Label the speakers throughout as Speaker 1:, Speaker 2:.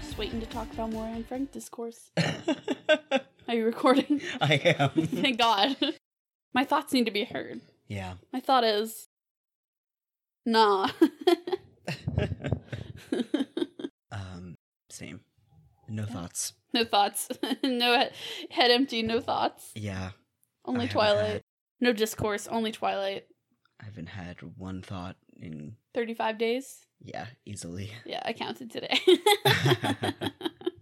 Speaker 1: just waiting to talk about more Anne Frank discourse. Are you recording?
Speaker 2: I am.
Speaker 1: Thank God. My thoughts need to be heard.
Speaker 2: Yeah.
Speaker 1: My thought is, nah.
Speaker 2: um, same. No thoughts.
Speaker 1: no thoughts. no he- head empty. No thoughts.
Speaker 2: Yeah. I
Speaker 1: Only
Speaker 2: haven't
Speaker 1: Twilight.
Speaker 2: had-
Speaker 1: No discourse. Only Twilight.
Speaker 2: I haven't had one thought in,
Speaker 1: Thirty-five days.
Speaker 2: yeah, easily.
Speaker 1: Yeah, I counted today.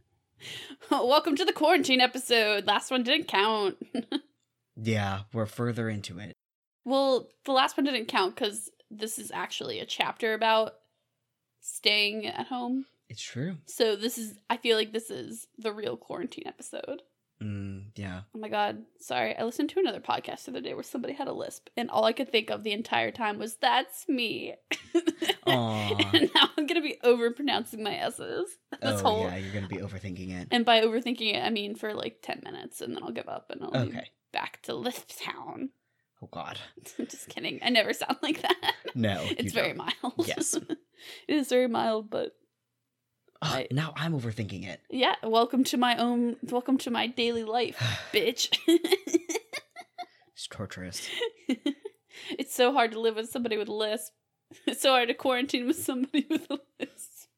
Speaker 1: Welcome to the quarantine episode. Last one didn't count.
Speaker 2: Yeah, we're further into it.
Speaker 1: Well, the last one didn't count because this is actually a chapter about staying at home.
Speaker 2: It's true.
Speaker 1: So this is, I feel like this is the real quarantine episode.
Speaker 2: Mm, yeah.
Speaker 1: Oh my god, sorry. I listened to another podcast the other day where somebody had a lisp, and all I could think of the entire time was, that's me.
Speaker 2: Aww.
Speaker 1: and now I'm going to be overpronouncing my S's this
Speaker 2: oh,
Speaker 1: whole.
Speaker 2: yeah, you're going to be overthinking it.
Speaker 1: And by overthinking it, I mean for like 10 minutes, and then I'll give up and I'll be
Speaker 2: Okay.
Speaker 1: back to lisp town.
Speaker 2: Oh, God.
Speaker 1: I'm just kidding. I never sound like that.
Speaker 2: No. you
Speaker 1: It's very
Speaker 2: don't.
Speaker 1: mild.
Speaker 2: Yes.
Speaker 1: it is very mild, but
Speaker 2: Ugh,
Speaker 1: I-
Speaker 2: now I'm overthinking it.
Speaker 1: yeah, welcome to my own welcome to my daily life, bitch.
Speaker 2: it's torturous.
Speaker 1: it's so hard to live with somebody with a lisp. It's so hard to quarantine with somebody with a lisp.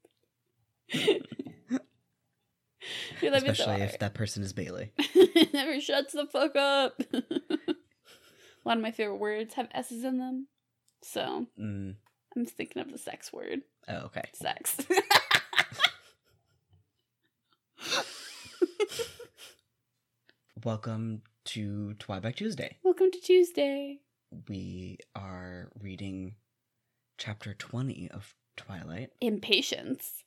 Speaker 1: Your life is so
Speaker 2: Especially if
Speaker 1: hard.
Speaker 2: that person is Bailey.
Speaker 1: never shuts the fuck up. a lot of my favorite words have S's in them. So
Speaker 2: Mm.
Speaker 1: I'm just thinking of the sex word.
Speaker 2: Oh, okay.
Speaker 1: Sex.
Speaker 2: Welcome to Twyback Tuesday.
Speaker 1: Welcome to Tuesday.
Speaker 2: We are reading chapter 20 of Twilight,
Speaker 1: Impatience.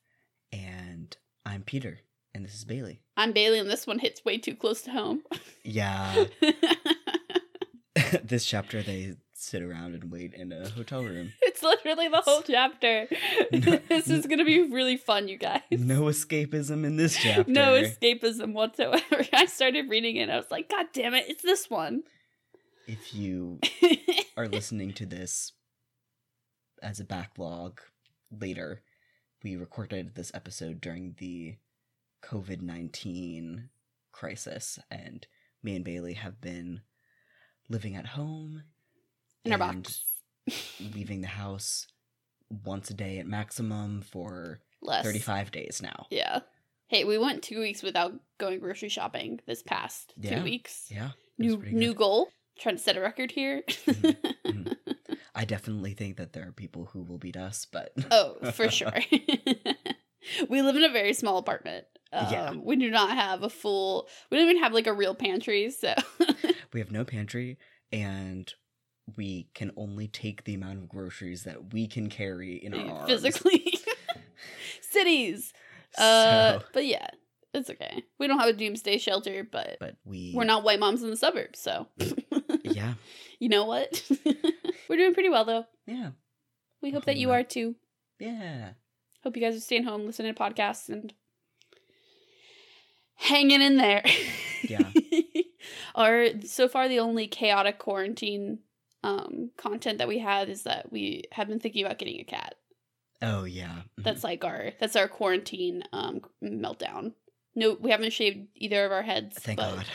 Speaker 2: and I'm Peter, and this is Bailey.
Speaker 1: I'm Bailey, and this one hits way too close to home.
Speaker 2: Yeah, this chapter they sit around and wait in a hotel room.
Speaker 1: it's literally the whole chapter.
Speaker 2: No-
Speaker 1: this is going to be really fun, you guys.
Speaker 2: No escapism in this chapter.
Speaker 1: No escapism whatsoever. I started reading it and I was like, God damn it, it's this one.
Speaker 2: if you are listening to this as a backlog later, we recorded this episode during the COVID 19 crisis, and me and Bailey have been living at home,
Speaker 1: In our
Speaker 2: And-
Speaker 1: box.
Speaker 2: leaving the house once a day at maximum for
Speaker 1: Less.
Speaker 2: 35 days now.
Speaker 1: Yeah. Hey, we went two weeks without going grocery shopping this past
Speaker 2: Yeah.
Speaker 1: two weeks.
Speaker 2: Yeah. it was
Speaker 1: New
Speaker 2: pretty
Speaker 1: new
Speaker 2: good. Mm-hmm.
Speaker 1: goal. Trying to set a record here.
Speaker 2: I definitely think that there are people who will beat us, but
Speaker 1: oh, for sure. we live in a very small apartment. Um,
Speaker 2: Yeah.
Speaker 1: We do not have a full. We don't even have like a real pantry. So
Speaker 2: we have no pantry and we can only take the amount of groceries that we can carry in our arms.
Speaker 1: physically, cities.
Speaker 2: So-
Speaker 1: Uh, but yeah, it's okay. We don't have a doomsday shelter, but,
Speaker 2: but we
Speaker 1: we're not white moms in the suburbs. So
Speaker 2: Yeah.
Speaker 1: you know what? we're doing pretty well though.
Speaker 2: Yeah.
Speaker 1: We
Speaker 2: I'm
Speaker 1: hope that
Speaker 2: holding
Speaker 1: you
Speaker 2: up.
Speaker 1: are too.
Speaker 2: Yeah.
Speaker 1: Hope you guys are staying home, listening to podcasts, and hanging in there.
Speaker 2: Yeah.
Speaker 1: Our so far the only chaotic quarantine um, content that we had is that we have been thinking about getting a cat.
Speaker 2: Oh yeah. Mhm.
Speaker 1: That's like our that's our quarantine um, meltdown. No, we haven't shaved either of our heads,
Speaker 2: Thank
Speaker 1: but
Speaker 2: God.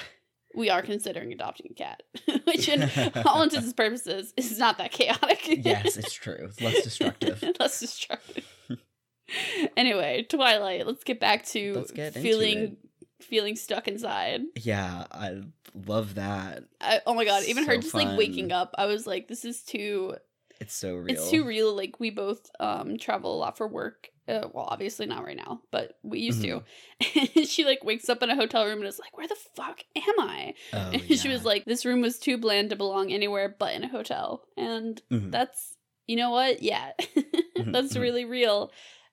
Speaker 1: we are considering adopting a cat, which, in all intents and purposes, is not that chaotic.
Speaker 2: yes, it's true. It's less destructive.
Speaker 1: Less destructive. anyway, Twilight. Let's get back to
Speaker 2: Let's get into
Speaker 1: feeling
Speaker 2: it.
Speaker 1: feeling stuck inside.
Speaker 2: Yeah, I love that.
Speaker 1: I, oh my god! Even her
Speaker 2: So
Speaker 1: just
Speaker 2: fun.
Speaker 1: like waking up, I was like, "This is too.
Speaker 2: It's so real.
Speaker 1: It's too real." Like we both um travel a lot for work. Uh, well, obviously not right now, but we used to.
Speaker 2: Mm-hmm.
Speaker 1: And she like wakes up in a hotel room and is like, "Where the fuck am I?"
Speaker 2: Oh,
Speaker 1: and she was like, "This room was too bland to belong anywhere but in a hotel." And
Speaker 2: Mhm.
Speaker 1: that's you know what yeah that's
Speaker 2: mhm.
Speaker 1: really real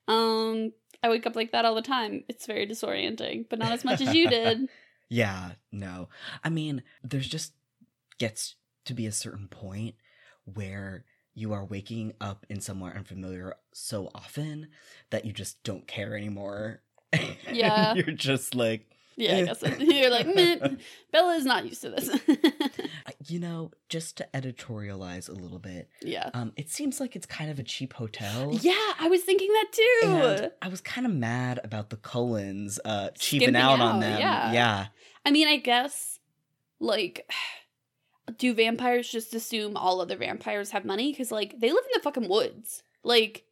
Speaker 1: um i wake up like that all the time it's very disorienting but not as much as you did
Speaker 2: Yeah, no. I mean, there's just gets to be a certain point where you are waking up in somewhere unfamiliar so often that you just don't care anymore. And
Speaker 1: Yeah.
Speaker 2: You're just like,
Speaker 1: yeah i guess so. you're like Meh. bella is not used to this
Speaker 2: I- you know, just to editorialize a little bit,
Speaker 1: Yeah.
Speaker 2: um, it seems like it's kind of a cheap hotel.
Speaker 1: Yeah, I was thinking that too.
Speaker 2: And I was kind of mad about the Cullens uh, cheaping
Speaker 1: Skimping
Speaker 2: out, on
Speaker 1: out,
Speaker 2: them.
Speaker 1: yeah.
Speaker 2: yeah.
Speaker 1: I mean, I guess, like, do vampires just assume all other vampires have money? Because, like, they live in the fucking woods. Like,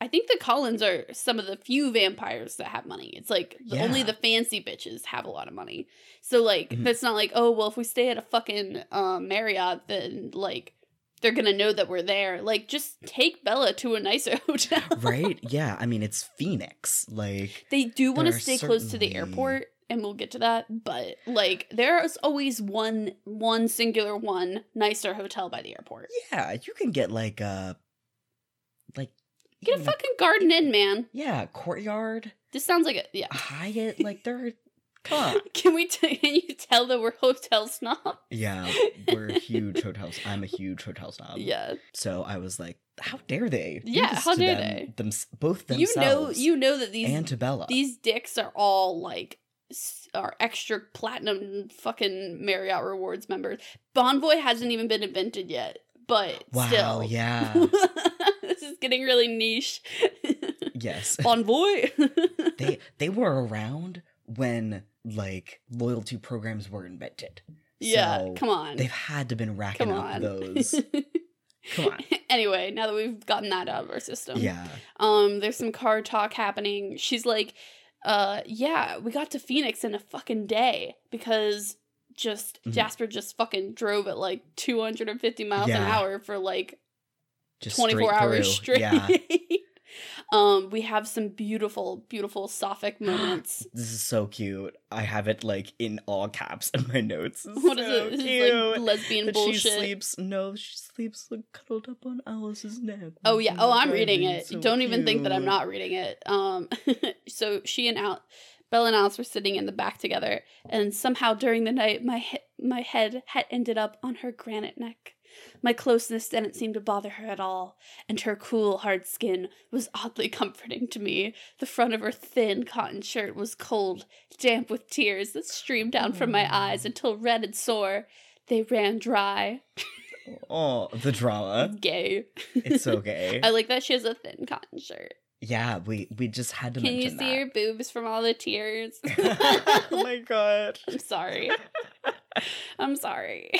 Speaker 1: I think the Collins are some of the few vampires that have money. It's like the- only
Speaker 2: Yeah.
Speaker 1: the fancy bitches have a lot of money. So, like,
Speaker 2: Mhm.
Speaker 1: that's not like, oh, well, if we stay at a fucking um, Marriott, then, like, they're gonna know that we're there. Like, just take Bella to a nicer hotel.
Speaker 2: right? Yeah. I mean, it's Phoenix. Like,
Speaker 1: They do want to
Speaker 2: There are
Speaker 1: stay close to the
Speaker 2: certainly-
Speaker 1: airport, and we'll get to that. But like, there is always one one singular one nicer hotel by the airport.
Speaker 2: yeah, you can get like a, like,
Speaker 1: Get a
Speaker 2: even
Speaker 1: fucking garden in, man.
Speaker 2: yeah courtyard,
Speaker 1: This sounds like a yeah.
Speaker 2: Hyatt. Like, there. are- Come on.
Speaker 1: Can we? T- can you tell that we're hotel snob?
Speaker 2: Yeah, we're huge hotels. I'm a huge hotel snob.
Speaker 1: yeah,
Speaker 2: So I was like, how dare they? do
Speaker 1: Yeah,
Speaker 2: this
Speaker 1: how
Speaker 2: to
Speaker 1: dare
Speaker 2: them- them- both
Speaker 1: you know,
Speaker 2: themselves.
Speaker 1: you know that these
Speaker 2: and to Bella.
Speaker 1: these dicks are all like s- are extra platinum fucking Marriott rewards members. Bonvoy hasn't even been invented yet, but
Speaker 2: wow.
Speaker 1: still,
Speaker 2: Yeah.
Speaker 1: this is getting really niche.
Speaker 2: yes.
Speaker 1: Bonvoy.
Speaker 2: They they were around when like loyalty programs were invented.
Speaker 1: yeah,
Speaker 2: So
Speaker 1: come on.
Speaker 2: They've had to been racking
Speaker 1: Come
Speaker 2: up
Speaker 1: on.
Speaker 2: those. Come on.
Speaker 1: anyway, now that we've gotten that out of our system.
Speaker 2: Yeah.
Speaker 1: Um, there's some car talk happening. She's like, uh, yeah, we got to Phoenix in a fucking day because just
Speaker 2: Mhm.
Speaker 1: Jasper just fucking drove at like 250 miles an
Speaker 2: Yeah.
Speaker 1: hour for like
Speaker 2: Just
Speaker 1: 24
Speaker 2: straight
Speaker 1: hours
Speaker 2: through.
Speaker 1: straight.
Speaker 2: Yeah.
Speaker 1: um, we have some beautiful, beautiful Sophic moments.
Speaker 2: This is so cute. I have it like in all caps in my notes. It's
Speaker 1: What is
Speaker 2: so
Speaker 1: it? This
Speaker 2: Cute.
Speaker 1: is like lesbian
Speaker 2: that she
Speaker 1: bullshit.
Speaker 2: sleeps. No, she sleeps like, cuddled up on Alice's neck.
Speaker 1: Oh yeah. Oh, I'm reading it.
Speaker 2: It's so
Speaker 1: Don't even think that I'm
Speaker 2: cute.
Speaker 1: not reading it. Um, so she and Al, Belle and Alice were sitting in the back together, and somehow during the night, my he- my head had ended up on her granite neck. My closeness didn't seem to bother her at all, and her cool, hard skin was oddly comforting to me. The front of her thin cotton shirt was cold, damp with tears that streamed down from my eyes until red and sore. They ran dry.
Speaker 2: Oh, the drama.
Speaker 1: Gay.
Speaker 2: It's okay.
Speaker 1: I like that she has a thin cotton shirt.
Speaker 2: yeah, we we just had to
Speaker 1: Can you
Speaker 2: mention
Speaker 1: see your boobs from all the tears?
Speaker 2: that. oh my god.
Speaker 1: I'm sorry. I'm sorry.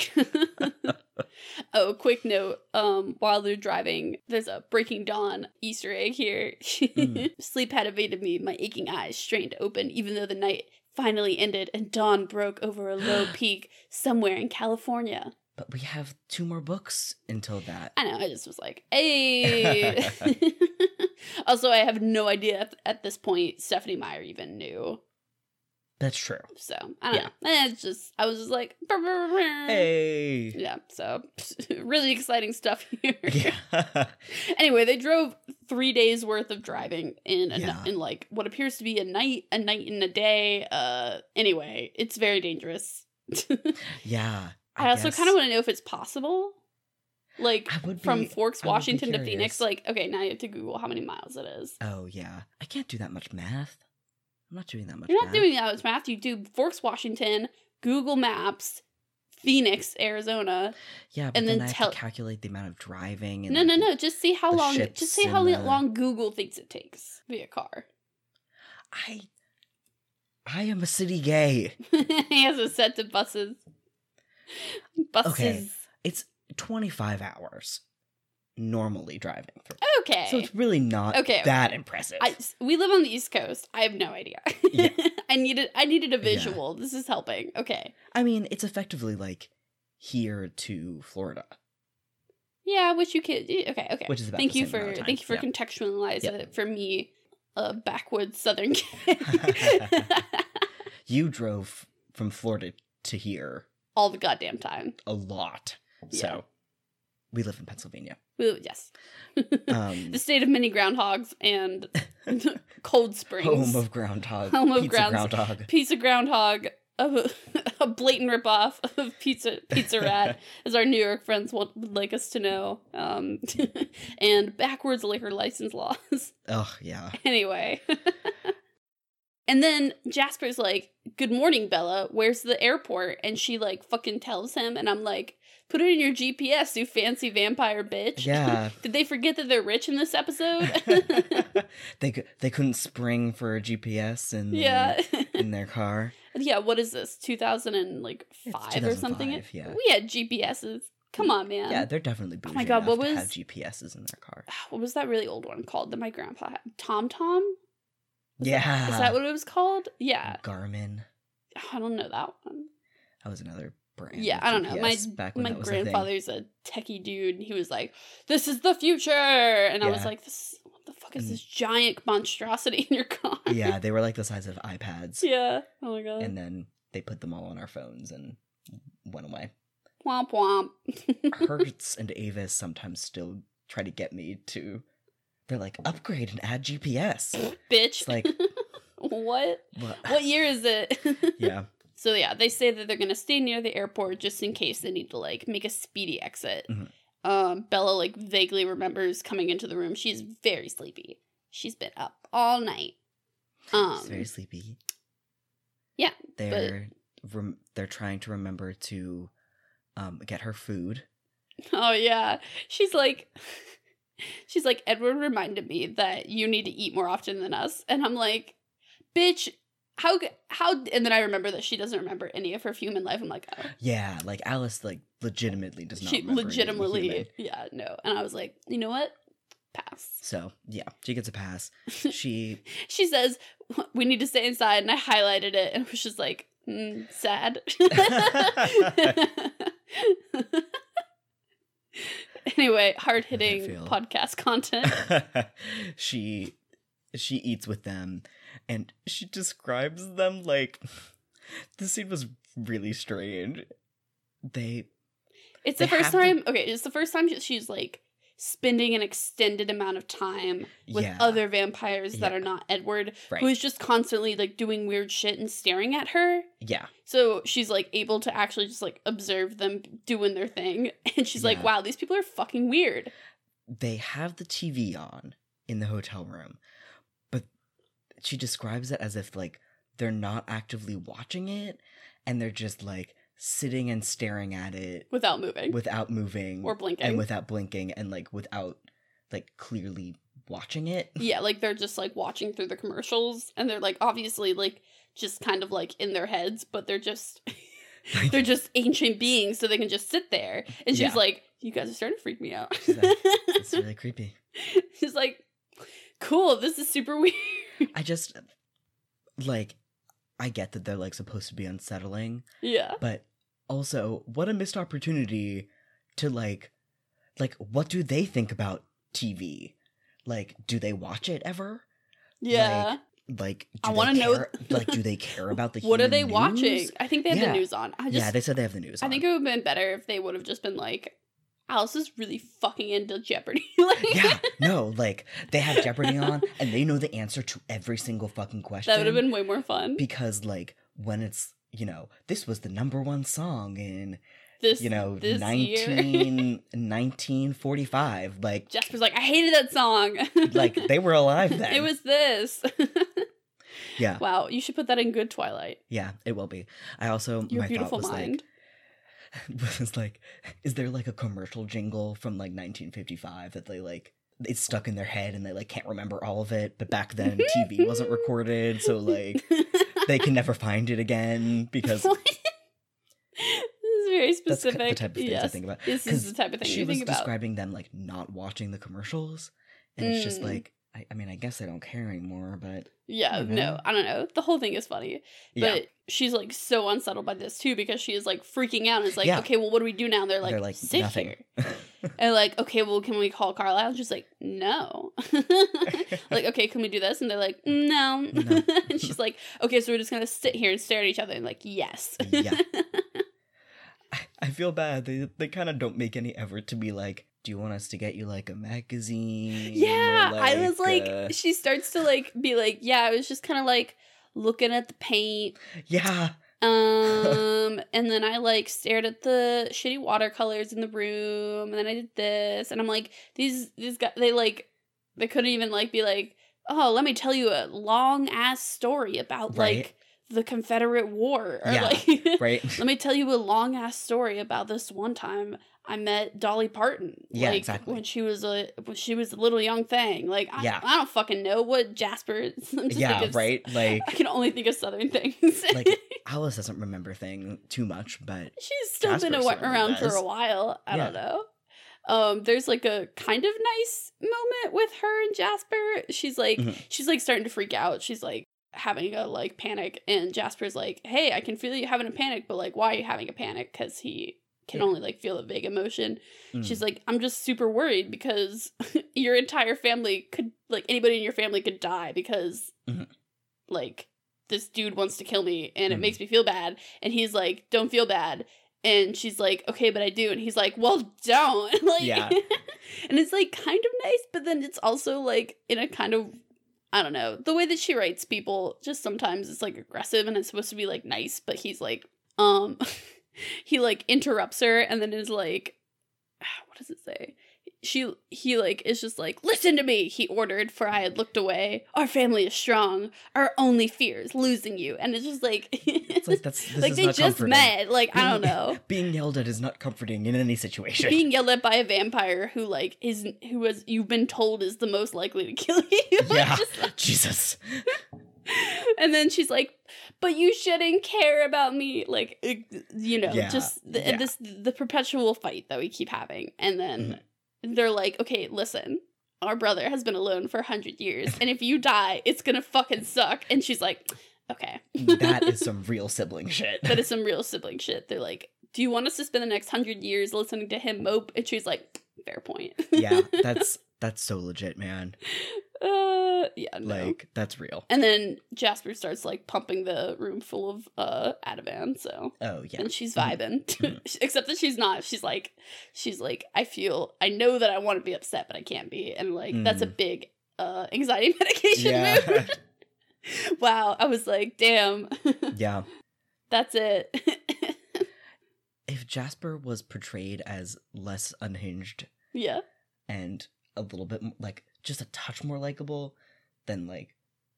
Speaker 1: oh, quick note. Um, while they're driving, there's a Breaking Dawn Easter egg here.
Speaker 2: Mm.
Speaker 1: Sleep had evaded me, my aching eyes strained open, even though the night finally ended and dawn broke over a low peak somewhere in California.
Speaker 2: But we have two more books until that.
Speaker 1: I know. I just was like, hey. also, I have no idea if at this point Stephanie Meyer even knew.
Speaker 2: That's true.
Speaker 1: So I don't know. Eh, It's just I was just like, "Brr, brr, brr, brr."
Speaker 2: Hey.
Speaker 1: yeah. So really exciting stuff here.
Speaker 2: Yeah.
Speaker 1: anyway, they drove three days worth of driving in a,
Speaker 2: Yeah.
Speaker 1: in like what appears to be a night, a night and a day. Uh, anyway, it's very dangerous.
Speaker 2: yeah.
Speaker 1: I, also
Speaker 2: guess
Speaker 1: kind of want to know if it's possible. Like
Speaker 2: I would
Speaker 1: from
Speaker 2: be-
Speaker 1: Forks,
Speaker 2: I would be
Speaker 1: Washington to Phoenix,
Speaker 2: curious.
Speaker 1: like okay, now you have to Google how many miles it is.
Speaker 2: Oh yeah. I can't do that much math. I'm not doing that much
Speaker 1: You're not
Speaker 2: math.
Speaker 1: doing that with math. You do Forks, Washington, Google Maps, Phoenix, Arizona,
Speaker 2: yeah, but
Speaker 1: and
Speaker 2: then,
Speaker 1: then
Speaker 2: I have
Speaker 1: tell-
Speaker 2: to calculate the amount of driving and
Speaker 1: No,
Speaker 2: like,
Speaker 1: no,
Speaker 2: the-
Speaker 1: no. Just see how
Speaker 2: the
Speaker 1: long.
Speaker 2: ships uh,
Speaker 1: Just see how
Speaker 2: and
Speaker 1: li-
Speaker 2: the-
Speaker 1: long Google thinks it takes via car.
Speaker 2: I I am a city gay.
Speaker 1: he has a set to buses. Buses. Okay.
Speaker 2: It's 25 hours normally driving through.
Speaker 1: Okay.
Speaker 2: So it's really not
Speaker 1: Okay,
Speaker 2: that impressive.
Speaker 1: I, we live on the East Coast. I have no idea.
Speaker 2: Yeah.
Speaker 1: I needed. I needed a
Speaker 2: Yeah.
Speaker 1: visual. This is helping. Okay.
Speaker 2: I mean, it's effectively like here to Florida.
Speaker 1: Yeah, which you could. yeah, Okay. Okay.
Speaker 2: Which is about
Speaker 1: thank
Speaker 2: the
Speaker 1: you
Speaker 2: same
Speaker 1: for
Speaker 2: amount of time.
Speaker 1: thank you for
Speaker 2: Yeah.
Speaker 1: contextualizing
Speaker 2: Yep.
Speaker 1: it for me, a backwoods Southern kid.
Speaker 2: You drove from Florida to here
Speaker 1: All the goddamn time.
Speaker 2: a lot.
Speaker 1: Yeah.
Speaker 2: So we live in Pennsylvania.
Speaker 1: Well, yes.
Speaker 2: Um,
Speaker 1: the state of mini groundhogs and cold springs.
Speaker 2: home of groundhog.
Speaker 1: Home of
Speaker 2: pizza
Speaker 1: grounds-
Speaker 2: groundhog.
Speaker 1: pizza groundhog a, a blatant ripoff of pizza pizza rat as our new york friends want, would like us to know um, and backwards liquor license laws
Speaker 2: Oh yeah.
Speaker 1: anyway and then jasper's like good morning bella where's the airport and she like fucking tells him and i'm like put it in your gps you fancy vampire bitch
Speaker 2: Yeah.
Speaker 1: did they forget that they're rich in this episode
Speaker 2: Mm. they cou- they couldn't spring for a GPS in their-
Speaker 1: yeah
Speaker 2: in their car.
Speaker 1: yeah what is this 2000 and like five or something
Speaker 2: 2005, yeah.
Speaker 1: we had gps's come on man
Speaker 2: yeah, they're definitely bougie
Speaker 1: Oh my God,
Speaker 2: enough
Speaker 1: what
Speaker 2: to
Speaker 1: was-
Speaker 2: have GPSs in their car.
Speaker 1: what was that really old one called that my grandpa had tom tom
Speaker 2: Yeah.
Speaker 1: is that what it was called yeah
Speaker 2: Garmin.
Speaker 1: i don't know that one
Speaker 2: That was another brand.
Speaker 1: Yeah,
Speaker 2: of
Speaker 1: I don't know. My-
Speaker 2: GPS back when
Speaker 1: my
Speaker 2: that was a thing.
Speaker 1: grandfather's a techie dude and he was like this is the future and i was
Speaker 2: Yeah.
Speaker 1: like this what the fuck is
Speaker 2: And-
Speaker 1: this giant monstrosity in your car
Speaker 2: yeah, they were like the size of iPads.
Speaker 1: yeah oh my god
Speaker 2: And then they put them all on our phones and went away.
Speaker 1: womp womp
Speaker 2: Hertz and Avis sometimes still try to get me to. They're like upgrade and add GPS.
Speaker 1: bitch
Speaker 2: It's like-
Speaker 1: what
Speaker 2: But-
Speaker 1: what year is it
Speaker 2: Yeah,
Speaker 1: so yeah they say that they're gonna stay near the airport just in case they need to like make a speedy exit
Speaker 2: Mhm.
Speaker 1: um bella like vaguely remembers coming into the room she's very sleepy she's been up all night um
Speaker 2: it's very sleepy.
Speaker 1: yeah,
Speaker 2: they're rem- they're trying to remember to um, get her food.
Speaker 1: Oh yeah. She's like She's like Edward reminded me that you need to eat more often than us and I'm like bitch how g- how and then I remember that she doesn't remember any of her human life. I'm like oh,
Speaker 2: Yeah, like Alice, like legitimately does not.
Speaker 1: she
Speaker 2: remember being
Speaker 1: legitimately
Speaker 2: human.
Speaker 1: yeah, no. And I was like, "You know what? Pass."
Speaker 2: So yeah, she gets a pass. She
Speaker 1: She says, "We need to stay inside." And I highlighted it and was just like, mm, "Sad." anyway, hard-hitting
Speaker 2: feel?
Speaker 1: podcast content.
Speaker 2: she she eats with them and she describes them like this scene was really strange they
Speaker 1: It's
Speaker 2: They
Speaker 1: the first
Speaker 2: have to-
Speaker 1: time. Okay, it's the first time she- she's like spending an extended amount of time with
Speaker 2: yeah
Speaker 1: other vampires that
Speaker 2: Yeah.
Speaker 1: are not Edward,
Speaker 2: right
Speaker 1: who is just constantly like doing weird shit and staring at her.
Speaker 2: yeah
Speaker 1: So she's like able to actually just like observe them doing their thing, and she's like,
Speaker 2: Yeah.
Speaker 1: "Wow, these people are fucking weird."
Speaker 2: they have the tv on in the hotel room but she describes it as if like they're not actively watching it and they're just like sitting and staring at it
Speaker 1: Without moving
Speaker 2: without moving
Speaker 1: or blinking,
Speaker 2: and without blinking and like without like clearly watching it
Speaker 1: yeah, like they're just like watching through the commercials, and they're like obviously like just kind of like in their heads, but they're just
Speaker 2: Like,
Speaker 1: they're just ancient beings, so they can just sit there. And she's
Speaker 2: Yeah.
Speaker 1: like, "You guys are starting to freak me out."
Speaker 2: She's like, it's really creepy.
Speaker 1: she's like, "Cool, this is super weird."
Speaker 2: I just like I get that they're like supposed to be unsettling,
Speaker 1: yeah,
Speaker 2: but also what a missed opportunity to like like what do they think about TV? Like do they watch it ever?
Speaker 1: yeah.
Speaker 2: Like do
Speaker 1: I
Speaker 2: they
Speaker 1: wanna know-
Speaker 2: care- like do they care about the
Speaker 1: what are
Speaker 2: human
Speaker 1: they
Speaker 2: news?
Speaker 1: watching? I think they have
Speaker 2: Yeah.
Speaker 1: the news on. I just,
Speaker 2: yeah, they said they have the news.
Speaker 1: I
Speaker 2: on.
Speaker 1: think it would have been better if they would have just been like, "Alice is really fucking into Jeopardy." like,
Speaker 2: yeah, no, like they have Jeopardy on and they know the answer to every single fucking question.
Speaker 1: that would have been way more fun.
Speaker 2: because like when it's you know this was the number one song in
Speaker 1: This,
Speaker 2: you know
Speaker 1: this year,
Speaker 2: 19, 1945 like
Speaker 1: Jasper's like, "I hated that song."
Speaker 2: like they were alive then
Speaker 1: it was this.
Speaker 2: yeah
Speaker 1: wow, you should put that in Good Twilight.
Speaker 2: yeah it will be i also
Speaker 1: Your
Speaker 2: my thought
Speaker 1: beautiful
Speaker 2: was
Speaker 1: mind.
Speaker 2: like was like is there like a commercial jingle from like 1955 that they like it's stuck in their head and they like can't remember all of it but back then tv wasn't recorded so like they can never find it again because
Speaker 1: What? this is very
Speaker 2: that's ki-
Speaker 1: specific.
Speaker 2: the type of things
Speaker 1: yes.
Speaker 2: i think about
Speaker 1: This is
Speaker 2: 'Cause
Speaker 1: the type of thing
Speaker 2: she
Speaker 1: you
Speaker 2: was
Speaker 1: think about.
Speaker 2: describing them like not watching the commercials and it's just
Speaker 1: Mm.
Speaker 2: like I, I mean i guess i don't care anymore but
Speaker 1: yeah,
Speaker 2: don't know.
Speaker 1: no, I don't know. The whole thing is funny,
Speaker 2: yeah
Speaker 1: but she's like so unsettled by this too because she is like freaking out. And it's like,
Speaker 2: Yeah.
Speaker 1: okay, well, what do we do now? And they're like,
Speaker 2: They're like,
Speaker 1: sit
Speaker 2: nothing.
Speaker 1: here. and like, okay, well, can we call Carlisle? And she's like, no. like, okay, can we do this? And they're like, no.
Speaker 2: No.
Speaker 1: and she's like, okay, so we're just gonna sit here and stare at each other. And like, yes.
Speaker 2: yeah I, I feel bad they, they kind of don't make any effort to be like do you want us to get you like a magazine or,
Speaker 1: Yeah, I was like,
Speaker 2: uh,
Speaker 1: she starts to like be like, yeah, I was just kind of like looking at the paint,
Speaker 2: uh, yeah
Speaker 1: um, and then I like stared at the shitty watercolors in the room, and then I did this, and I'm like, these these guys, they like, they couldn't even like be like, oh, let me tell you a long ass story about
Speaker 2: Right.
Speaker 1: like the Confederate War. Or
Speaker 2: Yeah,
Speaker 1: like
Speaker 2: right?
Speaker 1: Let me tell you a long ass story about this one time I met Dolly Parton.
Speaker 2: Yeah,
Speaker 1: like,
Speaker 2: exactly.
Speaker 1: When she was a when she was a little young thing. Like I,
Speaker 2: Yeah.
Speaker 1: I don't fucking know what Jasper. is. I'm just
Speaker 2: yeah,
Speaker 1: thinking of-
Speaker 2: right? Like
Speaker 1: I can only think of Southern things.
Speaker 2: Like, Alice doesn't remember thing too much, but
Speaker 1: She's still
Speaker 2: Jasper
Speaker 1: been a-
Speaker 2: certainly
Speaker 1: around for
Speaker 2: does.
Speaker 1: a while. I don't
Speaker 2: Yeah.
Speaker 1: know. Um, there's like a kind of nice moment with her and Jasper. She's like,
Speaker 2: Mhm.
Speaker 1: she's like starting to freak out. She's like having a like panic, and Jasper's like, "Hey, I can feel you having a panic, but like, why are you having a panic? Because he can
Speaker 2: Yeah.
Speaker 1: only like feel a vague emotion."
Speaker 2: mm,
Speaker 1: She's like, "I'm just super worried because your entire family could like anybody in your family could die because
Speaker 2: Mhm.
Speaker 1: like this dude wants to kill me and it
Speaker 2: Mhm.
Speaker 1: makes me feel bad and he's like don't feel bad and she's like okay but i do and he's like well don't like
Speaker 2: Yeah.
Speaker 1: and it's like kind of nice but then it's also like in a kind of i don't know the way that she writes people just sometimes it's like aggressive and it's supposed to be like nice but he's like um he like interrupts her and then is like what does it say she he like is just like listen to me he ordered for i had looked away our family is strong our only fear is losing you and it's just like
Speaker 2: it's like that's this
Speaker 1: like
Speaker 2: is
Speaker 1: they
Speaker 2: not
Speaker 1: just
Speaker 2: comforting.
Speaker 1: met like i don't know
Speaker 2: Being yelled at is not comforting in any situation.
Speaker 1: being yelled at by a vampire who like is who was you've been told is the most likely to kill you It's
Speaker 2: Yeah.
Speaker 1: just like-
Speaker 2: Jesus.
Speaker 1: and then she's like but you shouldn't care about me like uh, you know
Speaker 2: Yeah,
Speaker 1: just the,
Speaker 2: yeah.
Speaker 1: this the perpetual fight that we keep having and then
Speaker 2: Mm-hmm.
Speaker 1: they're like okay listen our brother has been alone for 100 years and if you die it's gonna fucking suck and she's like okay
Speaker 2: that is some real sibling shit.
Speaker 1: that is some real sibling shit. They're like, "Do you want us to spend the next hundred years listening to him mope?" And she's like, "Fair point."
Speaker 2: yeah, that's that's so legit, man.
Speaker 1: uh, yeah, no.
Speaker 2: Like that's real.
Speaker 1: and then Jasper starts like pumping the room full of uh Ativan, so
Speaker 2: Oh yeah.
Speaker 1: and she's
Speaker 2: Mhm.
Speaker 1: vibing.
Speaker 2: Mhm.
Speaker 1: Except that she's not. She's like, she's like, I feel, I know that I want to be upset, but I can't be, and like that's a
Speaker 2: Mm.
Speaker 1: big uh anxiety medication
Speaker 2: Yeah.
Speaker 1: move. wow, I was like, damn,
Speaker 2: yeah.
Speaker 1: that's it.
Speaker 2: If Jasper was portrayed as less unhinged
Speaker 1: yeah,
Speaker 2: and a little bit m- like just a touch more likable, then like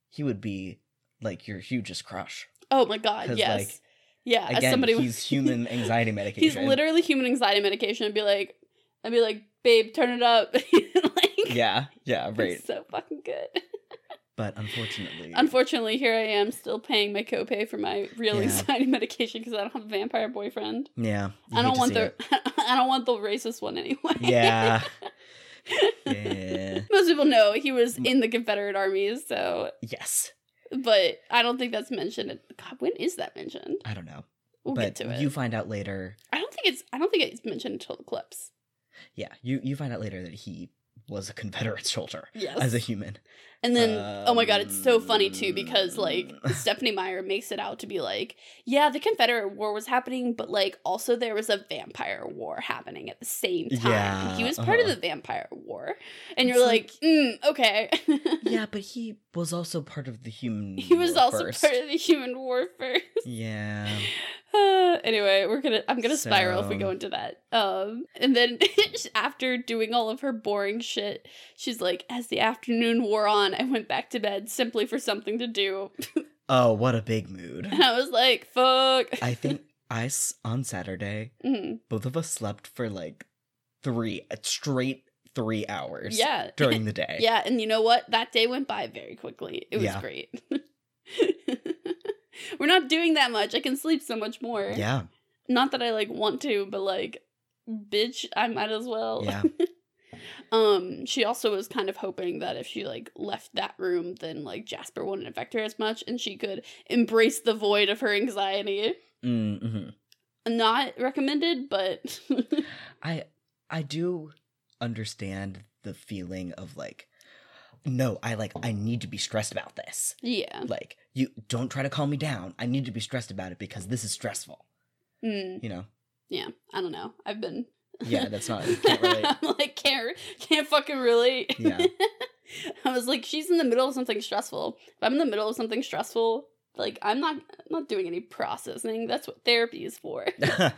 Speaker 2: he would be like your hugest crush.
Speaker 1: Oh my god,
Speaker 2: 'Cause,
Speaker 1: yes.
Speaker 2: like,
Speaker 1: yeah, as
Speaker 2: Again,
Speaker 1: somebody with-
Speaker 2: he's human anxiety
Speaker 1: he's
Speaker 2: medication.
Speaker 1: literally human anxiety medication and be like I'd be like, babe, turn it up. like
Speaker 2: Yeah, yeah, right.
Speaker 1: it's so fucking good.
Speaker 2: But unfortunately,
Speaker 1: Unfortunately, here I am still paying my copay for my real
Speaker 2: Yeah.
Speaker 1: anxiety medication because I don't have a vampire boyfriend.
Speaker 2: yeah,
Speaker 1: I
Speaker 2: you hate
Speaker 1: don't
Speaker 2: to
Speaker 1: want
Speaker 2: see
Speaker 1: the
Speaker 2: it.
Speaker 1: I don't want the racist one anyway.
Speaker 2: yeah, yeah,
Speaker 1: Most people know he was in the Confederate Army, so
Speaker 2: yes.
Speaker 1: but I don't think that's mentioned. God, when is that mentioned?
Speaker 2: I don't know,
Speaker 1: We'll
Speaker 2: but
Speaker 1: get to it.
Speaker 2: you find out later.
Speaker 1: I don't think it's I don't think it's mentioned until the clips.
Speaker 2: Yeah, you you find out later that he was a Confederate soldier
Speaker 1: Yes.
Speaker 2: as a human.
Speaker 1: And then, oh my god, it's so funny too because like
Speaker 2: Um,
Speaker 1: Stephanie Meyer makes it out to be like, yeah, the Confederate War was happening, but like also there was a vampire war happening at the same time.
Speaker 2: Yeah,
Speaker 1: he was part of
Speaker 2: uh-huh.
Speaker 1: the vampire war, and
Speaker 2: It's
Speaker 1: you're
Speaker 2: like-
Speaker 1: like, mm, okay.
Speaker 2: Yeah, but he was also part of the human.
Speaker 1: he was
Speaker 2: war
Speaker 1: also
Speaker 2: first.
Speaker 1: part of the human war first.
Speaker 2: Yeah,
Speaker 1: Uh, anyway, we're gonna I'm gonna spiral if we
Speaker 2: So-
Speaker 1: go into that. Um, and then after doing all of her boring shit, she's like, as the afternoon wore on, I went back to bed simply for something to do.
Speaker 2: Oh, what a big mood.
Speaker 1: And I was like, fuck.
Speaker 2: I think I s- on Saturday
Speaker 1: Mhm.
Speaker 2: both of us slept for like three uh, straight three hours.
Speaker 1: Yeah.
Speaker 2: during the day.
Speaker 1: Yeah. And you know what? That day went by very quickly. It was
Speaker 2: Yeah.
Speaker 1: great. We're not doing that much. I can sleep so much more.
Speaker 2: yeah,
Speaker 1: Not that I like want to, but like, bitch, I might as well.
Speaker 2: yeah.
Speaker 1: Um, she also was kind of hoping that if she like left that room, then like Jasper wouldn't affect her as much and she could embrace the void of her anxiety.
Speaker 2: Mm-hmm.
Speaker 1: Not recommended, but
Speaker 2: I I do understand the feeling of like no, I like I need to be stressed about this.
Speaker 1: yeah.
Speaker 2: Like you don't try to calm me down. I need to be stressed about it because this is stressful,
Speaker 1: Mm.
Speaker 2: you know.
Speaker 1: yeah i don't know i've been
Speaker 2: Yeah, that's not- you can't relate.
Speaker 1: I'm like can't can't fucking relate
Speaker 2: Yeah.
Speaker 1: i was like she's in the middle of something stressful if i'm in the middle of something stressful like i'm not I'm not doing any processing that's what therapy is for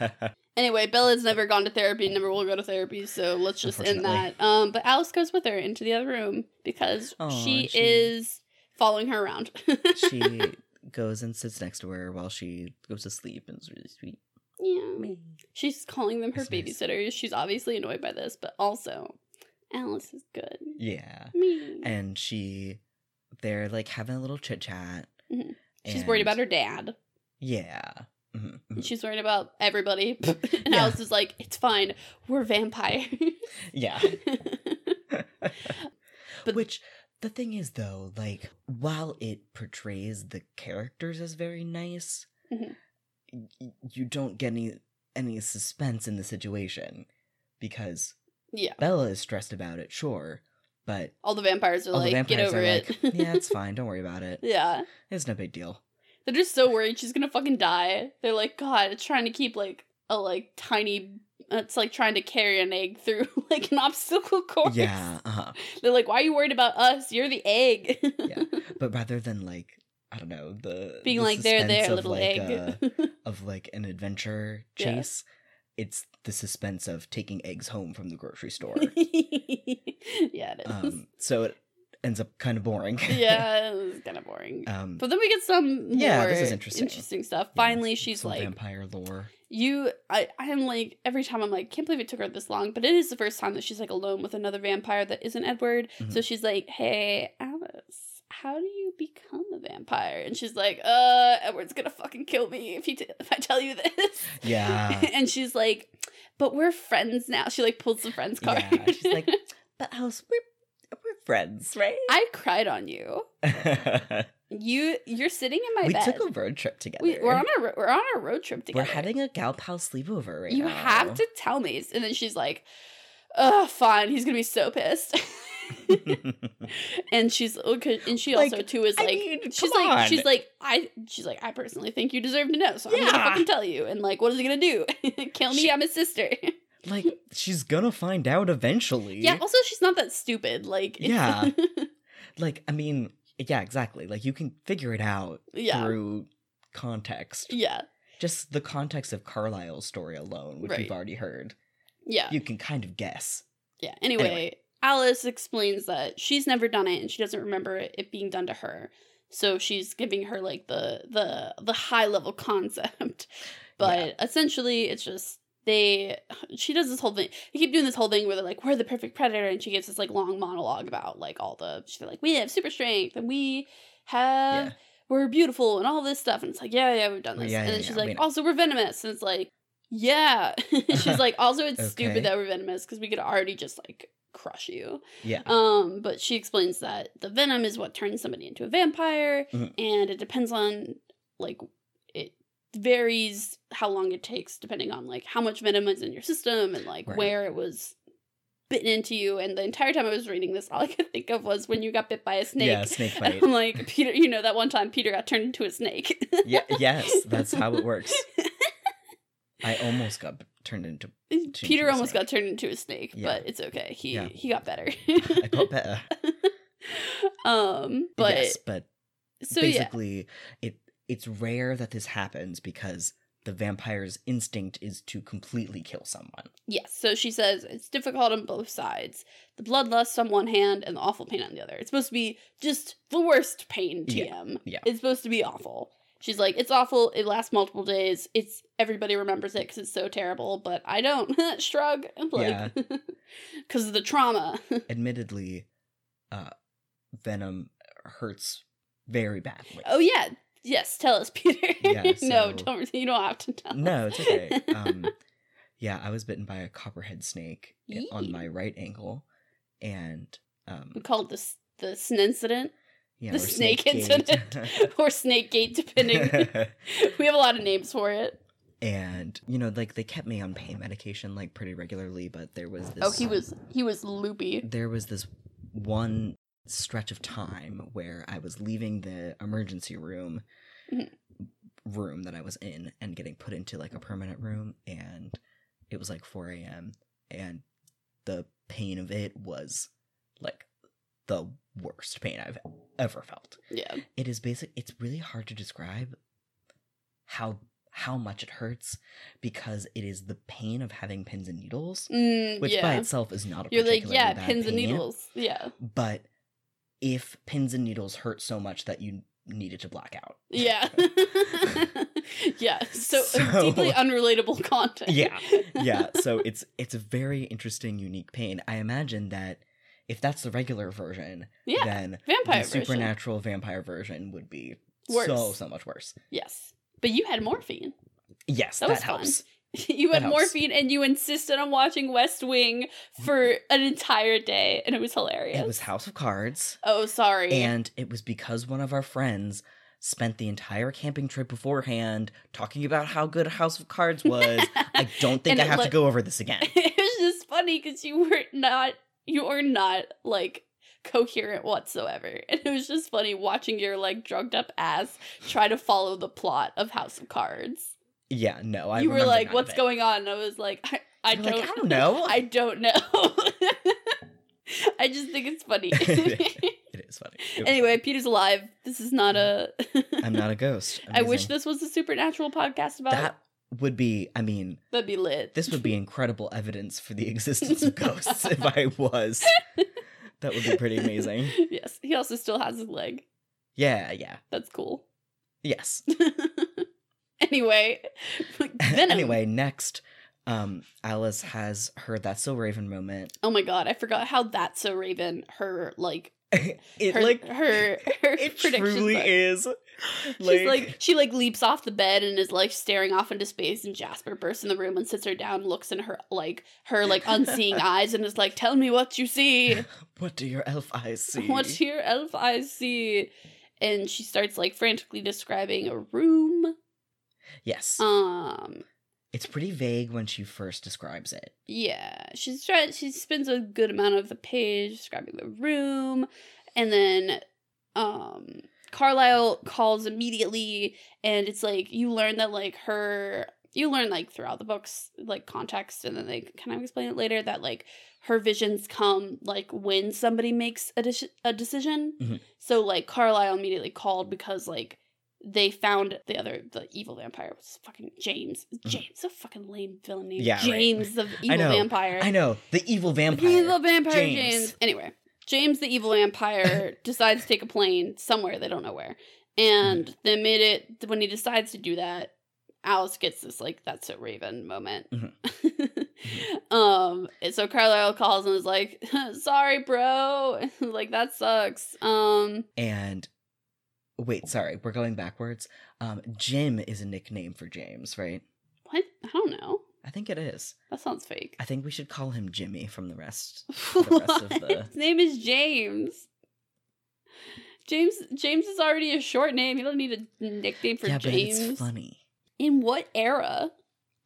Speaker 1: anyway bella's never gone to therapy never will go to therapy so let's just end
Speaker 2: Unfortunately.
Speaker 1: that um but alice goes with her into the other room because
Speaker 2: Aw,
Speaker 1: she,
Speaker 2: she-
Speaker 1: is following her around
Speaker 2: she goes and sits next to her while she goes to sleep, and it's really sweet.
Speaker 1: Yeah. She's calling them her
Speaker 2: That's nice.
Speaker 1: babysitters. She's obviously annoyed by this, but also Alice is good.
Speaker 2: Yeah.
Speaker 1: Me.
Speaker 2: And she, they're like having a little chit chat.
Speaker 1: Mhm. She's worried about her dad.
Speaker 2: Yeah. Mhm,
Speaker 1: and
Speaker 2: mhm.
Speaker 1: She's worried about everybody. and
Speaker 2: Yeah.
Speaker 1: Alice is like, it's fine. We're vampires.
Speaker 2: Yeah.
Speaker 1: But-
Speaker 2: Which the thing is though, like while it portrays the characters as very nice,
Speaker 1: Mhm.
Speaker 2: y- you don't get any any suspense in the situation because
Speaker 1: yeah.
Speaker 2: Bella is stressed about it, sure, but
Speaker 1: All the vampires are
Speaker 2: all
Speaker 1: like,
Speaker 2: the
Speaker 1: get
Speaker 2: vampires
Speaker 1: over
Speaker 2: are
Speaker 1: it.
Speaker 2: like, yeah, it's fine. Don't worry about it.
Speaker 1: yeah.
Speaker 2: It's no big deal.
Speaker 1: They're just so worried she's gonna fucking die. They're like, God, it's trying to keep like a like tiny. It's like trying to carry an egg through like an obstacle course.
Speaker 2: Yeah. Uh-huh.
Speaker 1: They're like, Why are you worried about us? You're the egg.
Speaker 2: Yeah. But rather than like I don't know the
Speaker 1: Being
Speaker 2: the
Speaker 1: like, they're
Speaker 2: suspense
Speaker 1: there,
Speaker 2: of,
Speaker 1: little
Speaker 2: like, uh,
Speaker 1: egg.
Speaker 2: of like an adventure
Speaker 1: Yeah.
Speaker 2: chase. It's the suspense of taking eggs home from the grocery store.
Speaker 1: yeah, it is.
Speaker 2: um, so it ends up kind of boring.
Speaker 1: yeah, it's kind of boring.
Speaker 2: um,
Speaker 1: but then we get some more
Speaker 2: Yeah, this is interesting.
Speaker 1: stuff.
Speaker 2: yeah,
Speaker 1: Finally, she's
Speaker 2: some
Speaker 1: like,
Speaker 2: vampire lore.
Speaker 1: you I, I'm like every time I'm like, can't believe it took her this long, but it is the first time that she's like alone with another vampire that isn't Edward. So
Speaker 2: Mhm.
Speaker 1: she's like, Hey, Alice, how do you become a vampire? And she's like, Uh, Edward's gonna fucking kill me if he t- if I tell you this.
Speaker 2: Yeah.
Speaker 1: and she's like, But we're friends now. She like pulls the friends card.
Speaker 2: yeah. She's like, but Alice, we're we're friends, right?
Speaker 1: I cried on you. You you're sitting in my
Speaker 2: we
Speaker 1: bed.
Speaker 2: took a road trip together.
Speaker 1: we, we're on a ro- we're on a road trip
Speaker 2: We're
Speaker 1: together.
Speaker 2: having a gal pal sleepover right
Speaker 1: you
Speaker 2: now.
Speaker 1: have to tell me. And then she's like, oh, fine. He's going to be so pissed. and she's, oh, and she
Speaker 2: Like,
Speaker 1: also, too, is
Speaker 2: I
Speaker 1: like,
Speaker 2: mean,
Speaker 1: she's
Speaker 2: come
Speaker 1: like, she's
Speaker 2: on.
Speaker 1: like, I, she's like, I personally think you deserve to know. So I'm going to
Speaker 2: Yeah.
Speaker 1: fucking tell you. And like, what is he going to do? Kill me?
Speaker 2: She-
Speaker 1: I'm his sister.
Speaker 2: like, she's gonna find out eventually.
Speaker 1: yeah. Also, she's not that stupid. Like, it's-
Speaker 2: Yeah. Like, I mean, yeah, exactly. Like, you can figure it out
Speaker 1: yeah.
Speaker 2: through context.
Speaker 1: Yeah.
Speaker 2: Just the context of Carlisle's story alone, which
Speaker 1: Right.
Speaker 2: we've already heard,
Speaker 1: Yeah.
Speaker 2: you can kind of guess.
Speaker 1: Yeah. Anyway,
Speaker 2: Anyway.
Speaker 1: Alice explains that she's never done it and she doesn't remember it being done to her. So she's giving her like the the the high level concept. But essentially it's just they she does this whole thing. They keep doing this whole thing where they're like, We're the perfect predator and she gives this like long monologue about like all the she's like, We have super strength and we have
Speaker 2: yeah.
Speaker 1: we're beautiful and all this stuff. And it's like, yeah, yeah, we've done
Speaker 2: Oh,
Speaker 1: this.
Speaker 2: yeah,
Speaker 1: and
Speaker 2: yeah,
Speaker 1: then she's
Speaker 2: yeah, we
Speaker 1: like,
Speaker 2: know.
Speaker 1: also, we're venomous. And it's like, yeah. she's like, also, it's
Speaker 2: Okay.
Speaker 1: stupid that we're venomous because we could already just like crush you.
Speaker 2: Yeah.
Speaker 1: Um, but she explains that the venom is what turns somebody into a vampire,
Speaker 2: Mhm.
Speaker 1: and it depends on like it varies how long it takes depending on like how much venom is in your system and like
Speaker 2: Right.
Speaker 1: where it was bitten into you. And the entire time I was reading this, all I could think of was when you got bit by a snake.
Speaker 2: Yeah, snake
Speaker 1: And
Speaker 2: bite.
Speaker 1: I'm like, Peter, you know, that one time Peter got turned into a snake.
Speaker 2: yeah, yes, that's how it works. I almost got b- turned into.
Speaker 1: Peter
Speaker 2: a
Speaker 1: almost
Speaker 2: snake.
Speaker 1: got turned into a snake,
Speaker 2: Yeah.
Speaker 1: but it's okay. He
Speaker 2: Yeah.
Speaker 1: he got better.
Speaker 2: I got better.
Speaker 1: um, but
Speaker 2: yes, but
Speaker 1: so yeah,
Speaker 2: basically, it it's rare that this happens because the vampire's instinct is to completely kill someone.
Speaker 1: yes. So she says it's difficult on both sides: the bloodlust on one hand and the awful pain on the other. It's supposed to be just the worst pain.
Speaker 2: Yeah,
Speaker 1: TM.
Speaker 2: yeah.
Speaker 1: It's supposed to be awful. She's like, it's awful. It lasts multiple days. It's everybody remembers it because it's so terrible, but I don't shrug. Like, because of the trauma.
Speaker 2: Admittedly, uh, venom hurts very badly.
Speaker 1: Oh yeah. Yes, tell us, Peter.
Speaker 2: Yeah,
Speaker 1: no,
Speaker 2: so-
Speaker 1: don't you don't have to tell.
Speaker 2: No,
Speaker 1: us.
Speaker 2: it's okay. Um, yeah, I was bitten by a copperhead snake i-
Speaker 1: Yee.
Speaker 2: on my right ankle, and um,
Speaker 1: we call it the s- the sn incident
Speaker 2: yeah,
Speaker 1: the
Speaker 2: or
Speaker 1: snake,
Speaker 2: gate.
Speaker 1: incident or snake gate, depending. we have a lot of names for it.
Speaker 2: and you know, like they kept me on pain medication like pretty regularly, but there was this.
Speaker 1: Oh, he was he was loopy.
Speaker 2: there was this one stretch of time where I was leaving the emergency room
Speaker 1: Mhm.
Speaker 2: room that I was in and getting put into like a permanent room and it was like 4 a.m. and the pain of it was like the worst pain I've ever felt.
Speaker 1: Yeah,
Speaker 2: It is basic it's really hard to describe how how much it hurts because it is the pain of having pins and needles
Speaker 1: mm,
Speaker 2: which by
Speaker 1: yeah.
Speaker 2: itself is not a
Speaker 1: You're like
Speaker 2: particularly
Speaker 1: yeah,
Speaker 2: bad
Speaker 1: pins and
Speaker 2: pain,
Speaker 1: needles. Yeah,
Speaker 2: but if pins and needles hurt so much that you needed to black out.
Speaker 1: Yeah. yeah. So,
Speaker 2: So-
Speaker 1: deeply unrelatable content.
Speaker 2: Yeah. yeah, so it's it's a very interesting, unique pain. I imagine that if that's the regular version,
Speaker 1: yeah.
Speaker 2: then
Speaker 1: Vampire
Speaker 2: the
Speaker 1: version.
Speaker 2: supernatural vampire version would be so
Speaker 1: Worse.
Speaker 2: so much worse.
Speaker 1: Yes. But you had morphine.
Speaker 2: Yes,
Speaker 1: That
Speaker 2: that,
Speaker 1: was fun.
Speaker 2: helps.
Speaker 1: You
Speaker 2: That
Speaker 1: had
Speaker 2: helps.
Speaker 1: morphine and you insisted on watching West Wing for an entire day and it was hilarious.
Speaker 2: It was House of Cards,
Speaker 1: oh, sorry.
Speaker 2: and it was because one of our friends spent the entire camping trip beforehand talking about how good House of Cards was. I don't think
Speaker 1: And
Speaker 2: I
Speaker 1: it
Speaker 2: have
Speaker 1: look-
Speaker 2: to go over this again.
Speaker 1: it was just funny because you were not you were not like coherent whatsoever and it was just funny watching your like drugged up ass try to follow the plot of house of cards
Speaker 2: Yeah, no, Oh, I
Speaker 1: you were
Speaker 2: remember
Speaker 1: like
Speaker 2: none
Speaker 1: what's
Speaker 2: of it.
Speaker 1: going on and i was like i, I
Speaker 2: You're
Speaker 1: don't
Speaker 2: like, I don't know.
Speaker 1: i don't know i just think it's funny
Speaker 2: It is funny. It was
Speaker 1: anyway peter's alive this is not a
Speaker 2: funny. Mm-hmm. I'm not a ghost.
Speaker 1: i wish
Speaker 2: Amazing.
Speaker 1: this was a supernatural podcast about
Speaker 2: that would be. I mean,
Speaker 1: that'd be lit
Speaker 2: this would be incredible evidence for the existence of ghosts. if I was, that would be pretty amazing.
Speaker 1: yes he also still has his leg
Speaker 2: Yeah, yeah,
Speaker 1: that's cool
Speaker 2: yes.
Speaker 1: anyway, Venom.
Speaker 2: anyway, next, um, Alice has heard that Silver Raven moment.
Speaker 1: Oh my god, I forgot how that's so Raven. Her like
Speaker 2: it
Speaker 1: her
Speaker 2: like
Speaker 1: her her
Speaker 2: it
Speaker 1: prediction.
Speaker 2: truly
Speaker 1: book.
Speaker 2: is.
Speaker 1: She's like she like leaps off the bed and is like staring off into space and Jasper bursts in the room and sits her down, looks in her like her like unseeing eyes and is like, Tell me what you see.
Speaker 2: what do your elf eyes see?
Speaker 1: What do your elf eyes see? And she starts like frantically describing a room.
Speaker 2: yes,
Speaker 1: Um
Speaker 2: it's pretty vague when she first describes it.
Speaker 1: Yeah, she's trying. She spends a good amount of the page describing the room, and then um Carlisle calls immediately, and it's like you learn that like her. You learn like throughout the books, like context, and then they kind of explain it later that like her visions come like when somebody makes a, dis- a decision.
Speaker 2: Mhm.
Speaker 1: So like Carlisle immediately called because like they found the other the evil vampire was fucking James. James, a fucking lame villain name.
Speaker 2: Mm-hmm. Yeah, right.
Speaker 1: James the evil
Speaker 2: know.
Speaker 1: vampire.
Speaker 2: I know the evil vampire.
Speaker 1: The evil vampire James.
Speaker 2: James.
Speaker 1: Anyway, James the evil vampire decides to take a plane somewhere they don't know where,
Speaker 2: Mm-hmm.
Speaker 1: and the minute when he decides to do that, Alice gets this like that's a Raven moment.
Speaker 2: Mhm. Mm-hmm.
Speaker 1: um, and so Carlisle calls and is like, "Sorry, bro, like that sucks." Um,
Speaker 2: and wait, sorry, we're going backwards. Um, Jim is a nickname for James, right?
Speaker 1: what? I don't know.
Speaker 2: I think it is.
Speaker 1: That sounds fake.
Speaker 2: I think we should call him Jimmy from the rest.
Speaker 1: What?
Speaker 2: rest of the-
Speaker 1: His name is James. James James is already a short name. You don't need a nickname for
Speaker 2: yeah, but
Speaker 1: James.
Speaker 2: it's funny.
Speaker 1: In what era?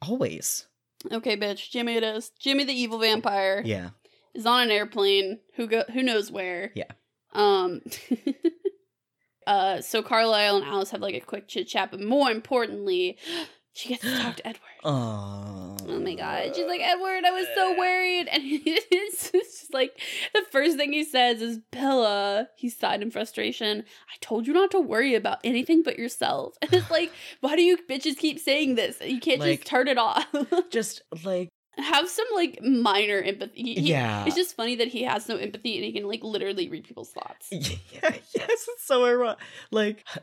Speaker 2: Always.
Speaker 1: Okay, bitch. Jimmy it is. Jimmy the evil vampire
Speaker 2: Yeah.
Speaker 1: is on an airplane. Who go? Who knows where?
Speaker 2: Yeah.
Speaker 1: Um. uh. So Carlisle and Alice have like a quick chit chat, but more importantly, she gets to talk to Edward.
Speaker 2: Oh.
Speaker 1: Oh my god. She's like, Edward, I was so worried. And it's just like, the first thing he says is, Bella, he sighed in frustration. I told you not to worry about anything but yourself. And it's like, why do you bitches keep saying this? You can't
Speaker 2: Like-
Speaker 1: just turn it off.
Speaker 2: Just like
Speaker 1: Have some like minor empathy. He- he-
Speaker 2: yeah.
Speaker 1: It's just funny that he has no empathy and he can like literally read people's thoughts.
Speaker 2: yeah, yes, it's so ironic. Like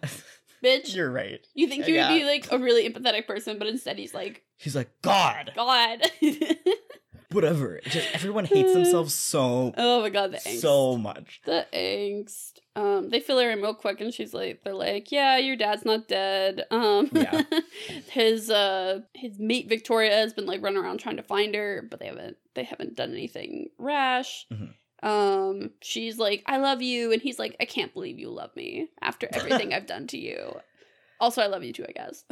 Speaker 1: Bitch,
Speaker 2: you're right.
Speaker 1: you think you would
Speaker 2: yeah.
Speaker 1: be like a really empathetic person, but instead he's like,
Speaker 2: He's like, God,
Speaker 1: God.
Speaker 2: whatever. It Just everyone hates themselves so
Speaker 1: oh my god, the angst.
Speaker 2: so much.
Speaker 1: the angst. Um, they fill her in real quick, and she's like, "They're like, yeah, your dad's not dead. Um,
Speaker 2: Yeah.
Speaker 1: his uh, his mate Victoria has been like running around trying to find her, but they haven't they haven't done anything rash.
Speaker 2: Mhm.
Speaker 1: Um, she's like, I love you, and he's like, I can't believe you love me after everything I've done to you. Also, I love you too, I guess.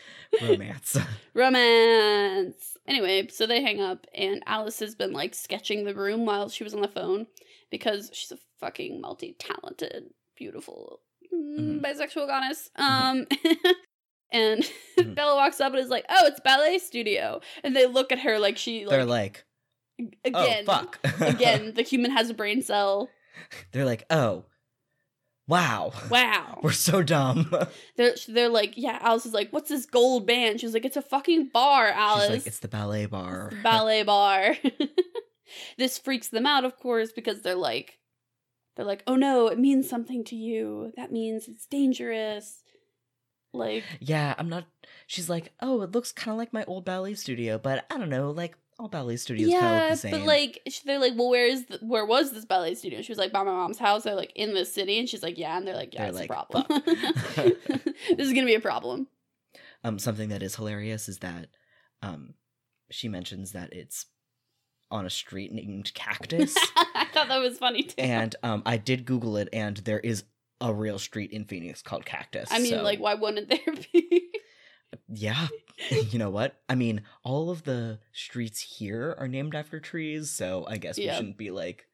Speaker 2: Romance.
Speaker 1: romance. Anyway, so they hang up, and Alice has been like sketching the room while she was on the phone because she's a fucking multi talented, beautiful mm,
Speaker 2: Mhm.
Speaker 1: bisexual goddess. Um, and
Speaker 2: Mhm.
Speaker 1: Bella walks up and is like, "Oh, it's ballet studio," and they look at her like she
Speaker 2: They're
Speaker 1: like,
Speaker 2: like, oh
Speaker 1: again,
Speaker 2: fuck.
Speaker 1: again, the human has a brain cell.
Speaker 2: They're like, oh, wow.
Speaker 1: Wow.
Speaker 2: We're so dumb.
Speaker 1: They're they're like, yeah. Alice is like, "What's this gold band?" She's like, "It's a fucking bar, Alice."
Speaker 2: She's like, it's the ballet bar.
Speaker 1: It's the ballet bar. this freaks them out, of course, because they're like, They're like, oh no, it means something to you. That means it's dangerous. Like,
Speaker 2: Yeah, I'm not. She's like, oh, it looks kind of like my old ballet studio, but I don't know. Like all ballet studios kind of look
Speaker 1: yeah,
Speaker 2: the same.
Speaker 1: but like, sh- they're like, well, where is the, where was this ballet studio? She was like, by my mom's house. They're like, in this city, and she's like, yeah, and they're like, yeah,
Speaker 2: They're
Speaker 1: it's
Speaker 2: like,
Speaker 1: a problem.
Speaker 2: fuck.
Speaker 1: this is gonna be a problem.
Speaker 2: um, something that is hilarious is that, um, she mentions that it's on a street named Cactus,
Speaker 1: I thought that was funny too.
Speaker 2: and um, I did Google it, and there is a real street in Phoenix called Cactus.
Speaker 1: I mean,
Speaker 2: so-
Speaker 1: like, why wouldn't there be?
Speaker 2: yeah. you know what? I mean, all of the streets here are named after trees, so I guess we
Speaker 1: Yeah.
Speaker 2: shouldn't be like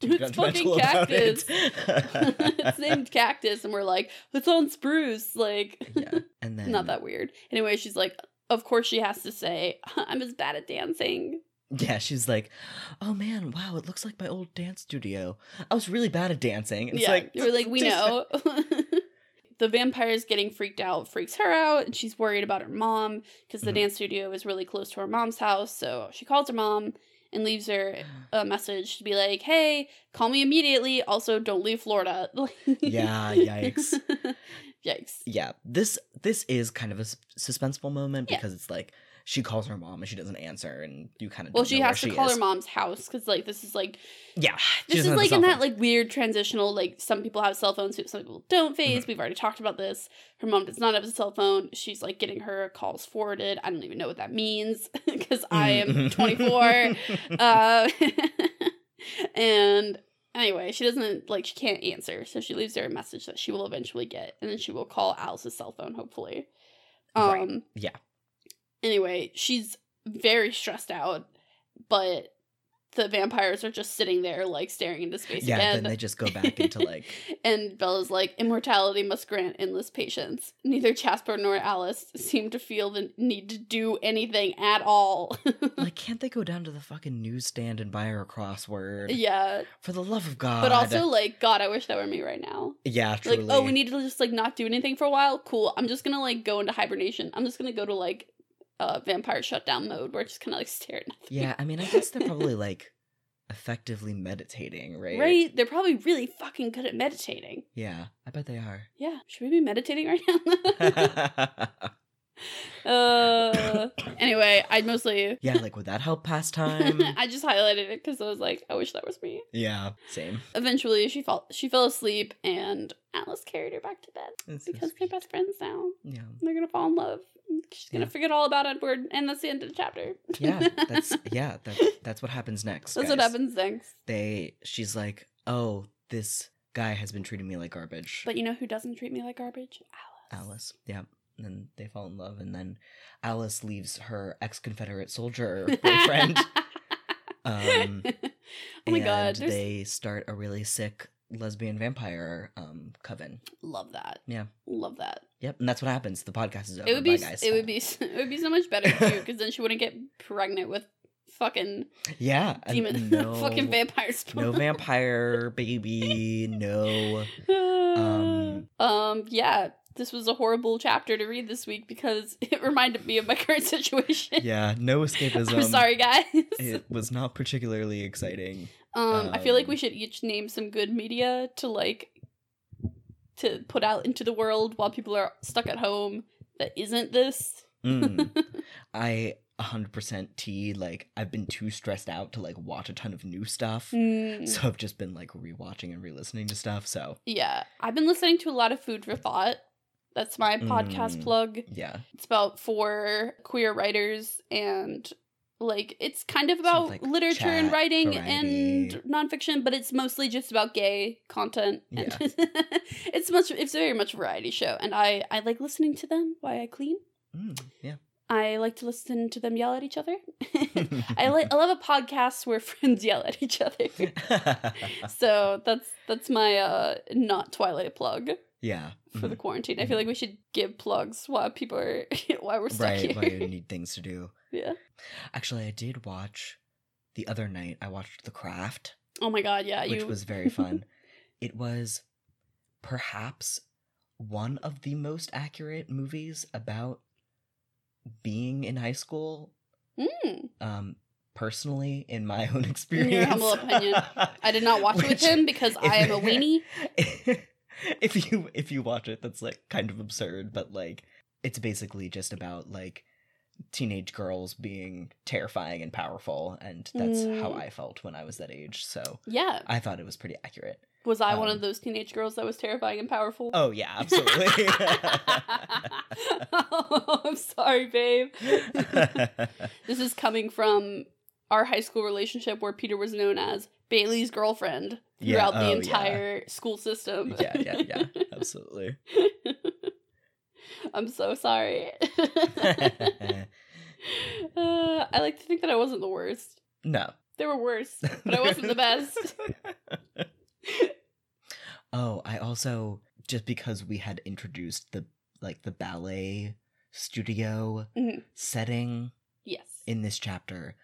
Speaker 2: too
Speaker 1: It's fucking
Speaker 2: judgmental about it.
Speaker 1: it's named Cactus, and we're like, it's on spruce. Like,
Speaker 2: yeah, and then
Speaker 1: not that weird. Anyway, she's like, of course she has to say, I'm as bad at dancing.
Speaker 2: Yeah, she's like, "Oh man, wow, it looks like my old dance studio. I was really bad at dancing." It's
Speaker 1: yeah,
Speaker 2: like
Speaker 1: we're like, we
Speaker 2: just-
Speaker 1: know. the vampire's getting freaked out, freaks her out, and she's worried about her mom because the
Speaker 2: Mhm.
Speaker 1: dance studio is really close to her mom's house. So she calls her mom and leaves her a message to be like, hey, call me immediately. Also, don't leave Florida.
Speaker 2: Yeah, yikes.
Speaker 1: yikes.
Speaker 2: Yeah, this this is kind of a s- suspenseful moment
Speaker 1: Yeah.
Speaker 2: because it's like she calls her mom and she doesn't answer, and you kind of
Speaker 1: Well,
Speaker 2: don't
Speaker 1: she
Speaker 2: know where
Speaker 1: has to call
Speaker 2: is.
Speaker 1: her mom's house because, like, this is like
Speaker 2: Yeah, she
Speaker 1: this
Speaker 2: doesn't
Speaker 1: is
Speaker 2: have a
Speaker 1: like
Speaker 2: cell
Speaker 1: in
Speaker 2: phone.
Speaker 1: that like weird transitional like some people have cell phones some people don't phase
Speaker 2: Mm-hmm.
Speaker 1: we've already talked about this her mom does not have a cell phone she's like getting her calls forwarded i don't even know what that means because i am
Speaker 2: Mm.
Speaker 1: 24 uh, and anyway she doesn't like she can't answer so she leaves her a message that she will eventually get and then she will call alice's cell phone hopefully um
Speaker 2: Right. Yeah.
Speaker 1: anyway she's very stressed out but the vampires are just sitting there like staring into space
Speaker 2: yeah,
Speaker 1: again
Speaker 2: then they just go back into like
Speaker 1: and Bella's like, immortality must grant endless patience. Neither Jasper nor Alice seem to feel the need to do anything at all.
Speaker 2: like can't they go down to the fucking newsstand and buy her a crossword?
Speaker 1: yeah.
Speaker 2: For the love of God.
Speaker 1: But also, like, God, I wish that were me right now.
Speaker 2: Yeah,
Speaker 1: Like,
Speaker 2: Uh, truly.
Speaker 1: oh, we need to just, like, not do anything for a while? Cool. I'm just gonna, like, go into hibernation. I'm just gonna go to, like, uh, vampire shutdown mode where I just kind of, like, stare at nothing.
Speaker 2: Yeah, I mean I guess they're probably like effectively meditating, right?
Speaker 1: Right? They're probably really fucking good at meditating.
Speaker 2: Yeah, I bet they are.
Speaker 1: Yeah. Should we be meditating right now? uh, anyway, I mostly
Speaker 2: yeah, like would that help pass time?
Speaker 1: I just highlighted it because I was like, I wish that was me.
Speaker 2: yeah, same.
Speaker 1: Eventually, she fell she fell asleep, and Alice carried her back to bed
Speaker 2: It's-
Speaker 1: because
Speaker 2: it's-
Speaker 1: they're best friends now.
Speaker 2: yeah,
Speaker 1: They're gonna fall in love. She's gonna
Speaker 2: Yeah.
Speaker 1: forget all about Edward, and that's the end of the chapter.
Speaker 2: yeah, that's yeah, that, that's what happens next.
Speaker 1: That's what
Speaker 2: guys.
Speaker 1: happens next.
Speaker 2: They, she's like, oh, this guy has been treating me like garbage.
Speaker 1: But you know who doesn't treat me like garbage? Alice.
Speaker 2: Alice. Yeah. And then they fall in love, and then Alice leaves her ex Confederate soldier boyfriend. um,
Speaker 1: oh my
Speaker 2: and
Speaker 1: god, there's
Speaker 2: They start a really sick lesbian vampire um, coven.
Speaker 1: love that.
Speaker 2: Yeah.
Speaker 1: love that.
Speaker 2: Yep. And that's what happens. The podcast is over.
Speaker 1: it would be
Speaker 2: Bye, guys.
Speaker 1: it would be it would be so much better too because then she wouldn't get pregnant with fucking
Speaker 2: Yeah. and
Speaker 1: demon
Speaker 2: No,
Speaker 1: fucking vampire spawn.
Speaker 2: no vampire baby. No.
Speaker 1: um,
Speaker 2: Um,
Speaker 1: yeah, this was a horrible chapter to read this week because it reminded me of my current situation.
Speaker 2: Yeah. No escapism.
Speaker 1: I'm sorry, guys.
Speaker 2: It was not particularly exciting.
Speaker 1: um, I feel like
Speaker 2: um,
Speaker 1: we should each name some good media to like to put out into the world while people are stuck at home that isn't this.
Speaker 2: Mm. I 100% T. Like, I've been too stressed out to like watch a ton of new stuff.
Speaker 1: Mm,
Speaker 2: So I've just been like rewatching and re-listening to stuff. So
Speaker 1: Yeah, I've been listening to a lot of Food for Thought. That's my podcast
Speaker 2: Mm.
Speaker 1: plug.
Speaker 2: yeah,
Speaker 1: It's about four queer writers and like it's kind of
Speaker 2: Sort of,
Speaker 1: about
Speaker 2: like,
Speaker 1: literature and
Speaker 2: chat,
Speaker 1: writing
Speaker 2: variety.
Speaker 1: and nonfiction, but it's mostly just about gay content. And
Speaker 2: Yeah.
Speaker 1: it's much it's very much a variety show. And I, I like listening to them while I clean.
Speaker 2: mm, yeah.
Speaker 1: I like to listen to them yell at each other. I like I love a podcast where friends yell at each other. so that's that's my uh not Twilight plug
Speaker 2: yeah.
Speaker 1: for the
Speaker 2: mhm.
Speaker 1: quarantine. I feel like we should give plugs while people are while we're stuck
Speaker 2: right.
Speaker 1: here.
Speaker 2: Why you need things to do?
Speaker 1: Yeah.
Speaker 2: Actually, I did watch the other night. I watched The Craft,
Speaker 1: Oh my god, yeah,
Speaker 2: which
Speaker 1: you
Speaker 2: was very fun. it was perhaps one of the most accurate movies about being in high school
Speaker 1: Mm,
Speaker 2: um personally in my own experience.
Speaker 1: your humble opinion. I did not watch it with
Speaker 2: Which-
Speaker 1: him because I am a weenie.
Speaker 2: if you if you watch it, that's like kind of absurd, but like it's basically just about like teenage girls being terrifying and powerful, and that's how
Speaker 1: Mm.
Speaker 2: I felt when I was that age. So
Speaker 1: Yeah.
Speaker 2: I thought it was pretty accurate.
Speaker 1: Was I one of
Speaker 2: Um,
Speaker 1: those teenage girls that was terrifying and powerful?
Speaker 2: Oh yeah, absolutely.
Speaker 1: oh, I'm sorry, babe. This is coming from our high school relationship where Peter was known as Bailey's girlfriend
Speaker 2: Yeah,
Speaker 1: throughout the
Speaker 2: oh, yeah.
Speaker 1: entire school system.
Speaker 2: yeah, yeah, yeah, absolutely.
Speaker 1: I'm so sorry. uh, I like to think that I wasn't the worst.
Speaker 2: no,
Speaker 1: There were worse, but I wasn't the best.
Speaker 2: oh, I also just because we had introduced the like the ballet studio
Speaker 1: Mhm.
Speaker 2: setting
Speaker 1: Yes.
Speaker 2: in this chapter.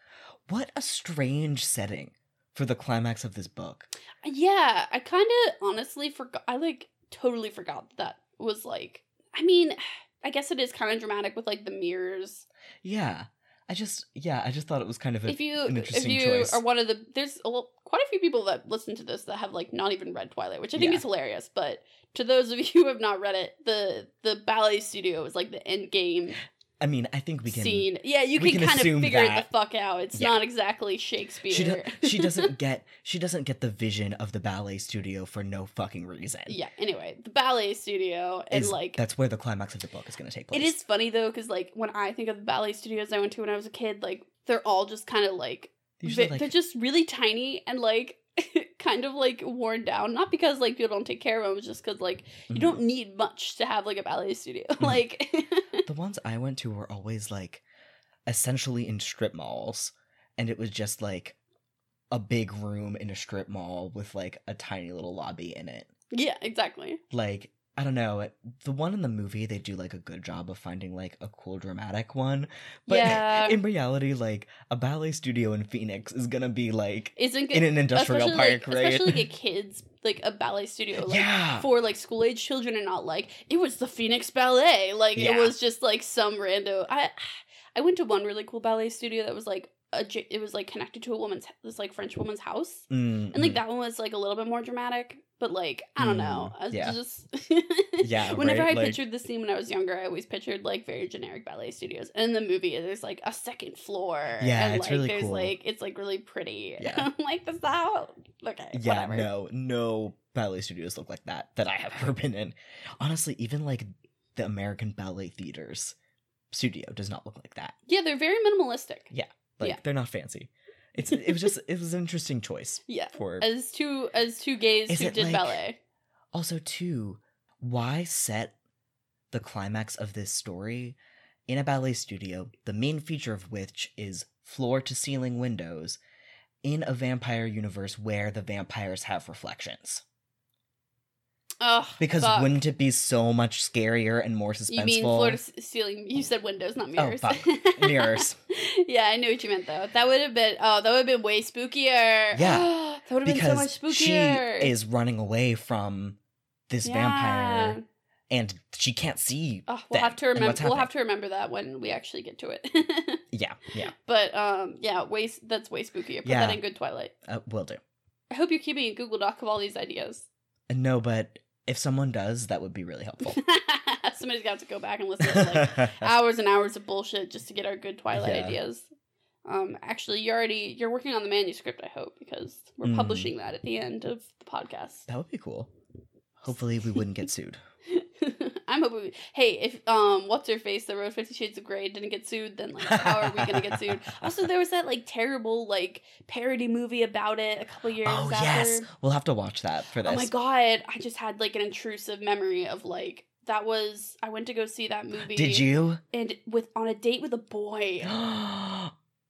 Speaker 2: What a strange setting for the climax of this book.
Speaker 1: Yeah, I kind of honestly forgot. I like totally forgot that, that was like. I mean, I guess it is kind of dramatic with like the mirrors.
Speaker 2: Yeah. I just yeah, I just thought it was kind of a,
Speaker 1: if you
Speaker 2: an
Speaker 1: if
Speaker 2: interesting
Speaker 1: you
Speaker 2: choice.
Speaker 1: are one of the there's a lo- quite a few people that listen to this that have like not even read Twilight, which I think
Speaker 2: Yeah.
Speaker 1: is hilarious. But to those of you who have not read it, the the ballet studio is like the end game
Speaker 2: I mean, I think we can
Speaker 1: scene. Yeah, you
Speaker 2: we
Speaker 1: can,
Speaker 2: can
Speaker 1: kind of
Speaker 2: assume
Speaker 1: figure it
Speaker 2: that.
Speaker 1: the fuck out. It's
Speaker 2: Yeah.
Speaker 1: not exactly Shakespeare.
Speaker 2: she, do, she doesn't get she doesn't get the vision of the ballet studio for no fucking reason.
Speaker 1: yeah. Anyway, the ballet studio and
Speaker 2: Is-
Speaker 1: like
Speaker 2: that's where the climax of the book is going to take place.
Speaker 1: It is funny though, because like when I think of the ballet studios I went to when I was a kid, like they're all just kind of like,
Speaker 2: usually
Speaker 1: ve-
Speaker 2: like
Speaker 1: they're just really tiny and like kind of like worn down. Not because like people don't take care of them, it's just because like you
Speaker 2: mhm.
Speaker 1: don't need much to have like a ballet studio.
Speaker 2: Mm-hmm.
Speaker 1: like
Speaker 2: the ones I went to were always like essentially in strip malls, and it was just like a big room in a strip mall with like a tiny little lobby in it.
Speaker 1: yeah, exactly.
Speaker 2: Like I don't know, it- the one in the movie they do like a good job of finding like a cool dramatic one, but
Speaker 1: yeah,
Speaker 2: in reality, like a ballet studio in Phoenix is gonna be like
Speaker 1: isn't
Speaker 2: in an industrial
Speaker 1: especially,
Speaker 2: park,
Speaker 1: like,
Speaker 2: right?
Speaker 1: Especially like a kids like a ballet studio. Like,
Speaker 2: yeah,
Speaker 1: For like school age children and not like it was the Phoenix Ballet. Like it
Speaker 2: Yeah.
Speaker 1: was just like some rando. I I went to one really cool ballet studio that was like a, it was like connected to a woman's this like French woman's house,
Speaker 2: Mm,
Speaker 1: and like
Speaker 2: mm.
Speaker 1: that one was like a little bit more dramatic. But like I don't know,
Speaker 2: Mm,
Speaker 1: I
Speaker 2: yeah.
Speaker 1: just
Speaker 2: Yeah,
Speaker 1: Whenever
Speaker 2: right,
Speaker 1: I
Speaker 2: like-
Speaker 1: pictured this scene when I was younger, I always pictured like very generic ballet studios. And in the movie, there's like a second floor.
Speaker 2: Yeah,
Speaker 1: and,
Speaker 2: it's
Speaker 1: like,
Speaker 2: really
Speaker 1: there's
Speaker 2: cool.
Speaker 1: like it's like really pretty.
Speaker 2: Yeah.
Speaker 1: I'm like this out. Okay,
Speaker 2: Yeah,
Speaker 1: whatever.
Speaker 2: no, no ballet studios look like that that I have ever been in. Honestly, even like the American Ballet Theater's studio does not look like that.
Speaker 1: Yeah, they're very minimalistic.
Speaker 2: Like
Speaker 1: Yeah.
Speaker 2: they're not fancy. It's it was just it was an interesting choice
Speaker 1: Yeah.
Speaker 2: for
Speaker 1: as two as two gays
Speaker 2: Is
Speaker 1: who
Speaker 2: it
Speaker 1: did
Speaker 2: like-
Speaker 1: ballet.
Speaker 2: also too why set the climax of this story in a ballet studio, the main feature of which is floor to ceiling windows in a vampire universe where the vampires have reflections.
Speaker 1: Ugh,
Speaker 2: Because
Speaker 1: fuck.
Speaker 2: wouldn't it be so much scarier and more suspenseful? Oh,
Speaker 1: you mean floor to c- ceiling? You said windows, not mirrors.
Speaker 2: fuck. Mirrors.
Speaker 1: yeah, I knew what you meant though. That would have been oh, that would have been way spookier.
Speaker 2: Yeah,
Speaker 1: that would have been so much
Speaker 2: because she
Speaker 1: spookier.
Speaker 2: is running away from this
Speaker 1: Yeah.
Speaker 2: vampire and she can't see.
Speaker 1: Oh, we'll
Speaker 2: them
Speaker 1: have to
Speaker 2: and
Speaker 1: remember.
Speaker 2: what's
Speaker 1: We'll have
Speaker 2: happening.
Speaker 1: to remember that when we actually get to it.
Speaker 2: Yeah, yeah,
Speaker 1: but um, yeah, way s- that's way spookier. Put
Speaker 2: Yeah.
Speaker 1: that in Good Twilight.
Speaker 2: uh, will do.
Speaker 1: I hope you're keeping a Google Doc of all these ideas.
Speaker 2: No, but if someone does, that would be really helpful.
Speaker 1: Somebody's got to go back and listen to like uh, hours and hours of bullshit just to get our good Twilight
Speaker 2: Yeah.
Speaker 1: ideas. Um, actually, you're already you're working on the manuscript. I hope because we're
Speaker 2: Mm.
Speaker 1: publishing that at the end of the podcast.
Speaker 2: that would be cool. Hopefully, we wouldn't get sued.
Speaker 1: I'm hoping. Hey, if um, what's her face that wrote Fifty Shades of Grey didn't get sued, then like how are we gonna get sued? Also, there was that like terrible like parody movie about it a couple years.
Speaker 2: oh
Speaker 1: after.
Speaker 2: yes, we'll have to watch that for this.
Speaker 1: Oh my god, I just had like an intrusive memory of like that was I went to go see that movie.
Speaker 2: Did you?
Speaker 1: And with on a date with a boy.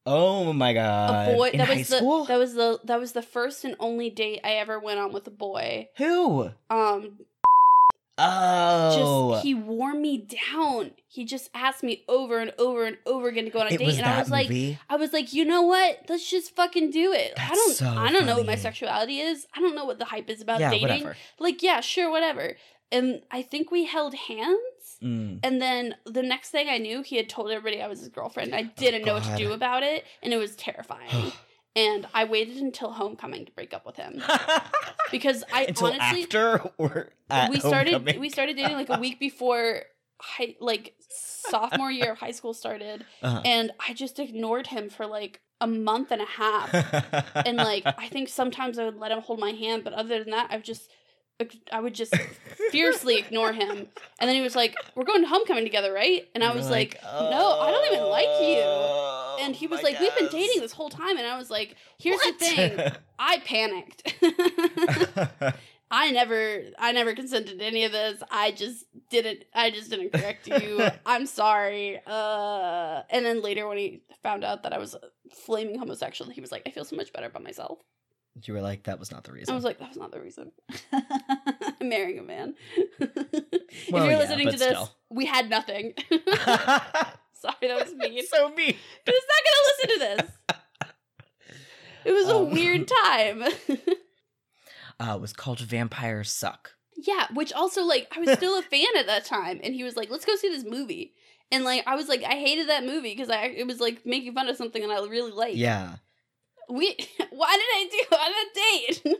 Speaker 2: oh my god!
Speaker 1: a boy
Speaker 2: In
Speaker 1: that
Speaker 2: high
Speaker 1: was
Speaker 2: school?
Speaker 1: the that was the that was the first and only date I ever went on with a boy.
Speaker 2: Who?
Speaker 1: Um
Speaker 2: Oh,
Speaker 1: just he wore me down. He just asked me over and over and over again to go on a
Speaker 2: it
Speaker 1: date
Speaker 2: was
Speaker 1: and
Speaker 2: that
Speaker 1: I was like
Speaker 2: movie.
Speaker 1: I was like, "You know what? Let's just fucking do it." I
Speaker 2: That's
Speaker 1: don't
Speaker 2: so
Speaker 1: I don't know what my
Speaker 2: funny.
Speaker 1: sexuality is. I don't know what the hype is about
Speaker 2: yeah,
Speaker 1: dating.
Speaker 2: whatever.
Speaker 1: Like, yeah, sure, whatever. And I think we held hands
Speaker 2: Mm.
Speaker 1: And then the next thing I knew, he had told everybody I was his girlfriend. I didn't know what to
Speaker 2: Oh, God.
Speaker 1: do about it, and it was terrifying. and I waited until homecoming to break up with him because I
Speaker 2: Until
Speaker 1: honestly
Speaker 2: after or at
Speaker 1: we started
Speaker 2: homecoming?
Speaker 1: we started dating like a week before high, like sophomore year of high school started,
Speaker 2: Uh-huh.
Speaker 1: and I just ignored him for like a month and a half.
Speaker 2: Uh-huh.
Speaker 1: and like I think sometimes I would let him hold my hand, but other than that, I've just I would just fiercely ignore him. And then he was like, "We're going to homecoming together, right?" And I
Speaker 2: You're
Speaker 1: was like, "No, I don't even like you."
Speaker 2: "Oh,
Speaker 1: And he was
Speaker 2: my
Speaker 1: like, "We've been
Speaker 2: gosh."
Speaker 1: dating this whole time." And I was like, "Here's
Speaker 2: What?
Speaker 1: the thing, I panicked. I never I never consented to any of this. I just didn't I just didn't correct you. I'm sorry." Uh and then later when he found out that I was a flaming homosexual, he was like, "I feel so much better about myself."
Speaker 2: you were like, that was not the reason.
Speaker 1: I was like, that was not the reason. I'm marrying a man. if
Speaker 2: Well,
Speaker 1: you're
Speaker 2: yeah,
Speaker 1: listening
Speaker 2: but
Speaker 1: to this,
Speaker 2: still.
Speaker 1: we had nothing. Sorry, that was mean.
Speaker 2: so mean.
Speaker 1: Who's not gonna listen to this? It was a
Speaker 2: Um.
Speaker 1: weird time.
Speaker 2: Uh, it was called Vampire Suck.
Speaker 1: yeah, which also like I was still a fan at that time, and he was like, "Let's go see this movie," and like I was like, I hated that movie because I it was like making fun of something that I really liked.
Speaker 2: Yeah.
Speaker 1: we. Why did I do on a date?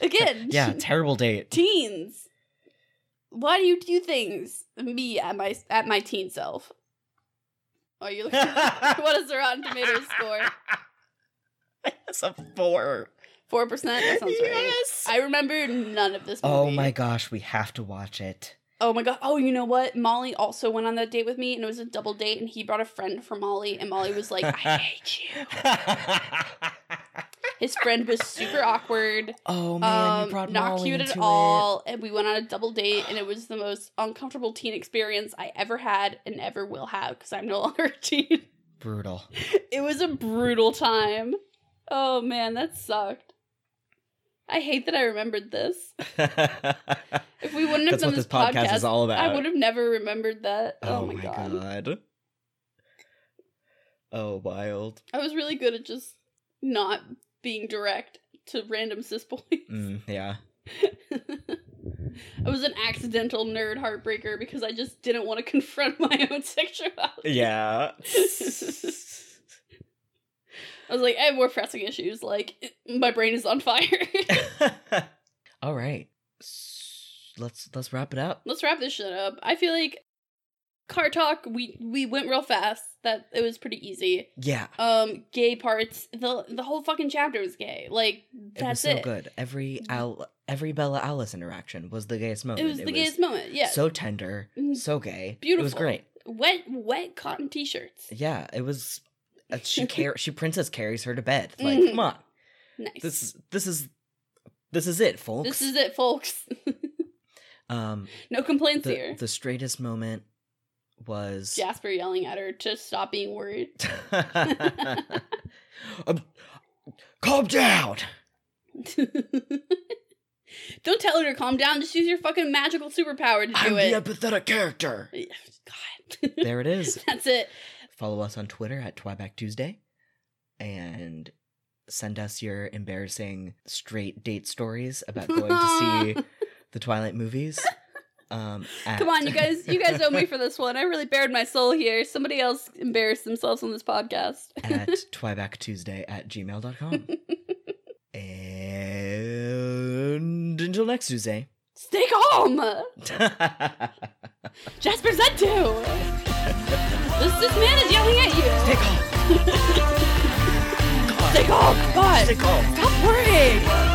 Speaker 1: Again,
Speaker 2: Yeah, terrible date.
Speaker 1: teens why do you do things me at my at my teen self are you looking what is the rotten tomatoes score
Speaker 2: It's a four.
Speaker 1: four percent that sounds right
Speaker 2: yes.
Speaker 1: i remember none of this movie.
Speaker 2: oh my gosh, we have to watch it.
Speaker 1: oh my god oh you know what molly also went on that date with me and it was a double date and he brought a friend for molly and molly was like i hate you his friend was super awkward
Speaker 2: oh man, you
Speaker 1: um,
Speaker 2: brought
Speaker 1: not
Speaker 2: Molly
Speaker 1: cute
Speaker 2: into
Speaker 1: at
Speaker 2: it.
Speaker 1: all and we went on a double date and it was the most uncomfortable teen experience i ever had and ever will have because i'm no longer a teen
Speaker 2: Brutal.
Speaker 1: it was a brutal time oh man that sucked i hate that i remembered this
Speaker 2: That's
Speaker 1: if we wouldn't have done
Speaker 2: what
Speaker 1: this
Speaker 2: this podcast,
Speaker 1: podcast,
Speaker 2: is all about.
Speaker 1: i would have never remembered that oh, my, god.
Speaker 2: god. Oh, wild.
Speaker 1: i was really good at just not being direct to random cis boys
Speaker 2: Mm, yeah.
Speaker 1: I was an accidental nerd heartbreaker because I just didn't want to confront my own sexuality.
Speaker 2: Yeah.
Speaker 1: I was like, I have more pressing issues. Like, my brain is on fire.
Speaker 2: all right. S- Let's let's wrap it up.
Speaker 1: Let's wrap this shit up. I feel like car talk. We we went real fast. That it was pretty easy.
Speaker 2: Yeah.
Speaker 1: Um, gay parts. The the whole fucking chapter was gay. Like
Speaker 2: It was
Speaker 1: that's
Speaker 2: so
Speaker 1: it. Mm-hmm.
Speaker 2: good. Every Al- every Bella Alice interaction was the gayest moment.
Speaker 1: It was the gayest moment. Yeah.
Speaker 2: So tender,
Speaker 1: Mm,
Speaker 2: so gay. It was
Speaker 1: beautiful.
Speaker 2: great.
Speaker 1: wet wet cotton t-shirts.
Speaker 2: Yeah, it was. uh, She car- she princess carries her to bed. Like,
Speaker 1: Mhm.
Speaker 2: come on,
Speaker 1: Nice.
Speaker 2: this is this is this is it, folks.
Speaker 1: This is it, folks.
Speaker 2: um
Speaker 1: no complaints
Speaker 2: the
Speaker 1: here.
Speaker 2: the straightest moment was
Speaker 1: Jasper yelling at her to stop being worried.
Speaker 2: Um, calm down.
Speaker 1: Don't tell her to calm down. Just use your fucking magical superpower to do
Speaker 2: I'm
Speaker 1: it.
Speaker 2: the empathetic character.
Speaker 1: God.
Speaker 2: There it is.
Speaker 1: That's it.
Speaker 2: Follow us on Twitter at Twyback Tuesday, and send us your embarrassing straight date stories about going to see the Twilight movies. Um, at-
Speaker 1: Come on, you guys. You guys owe me for this one. I really bared my soul here. Somebody else embarrassed themselves on this podcast.
Speaker 2: at twybacktuesday at gmail.com. and until next Tuesday.
Speaker 1: Stay calm.
Speaker 2: Take
Speaker 1: Jasper's that too. This this man is yelling at you.
Speaker 2: off.
Speaker 1: Stay calm. God,
Speaker 2: Take off.
Speaker 1: stop worrying.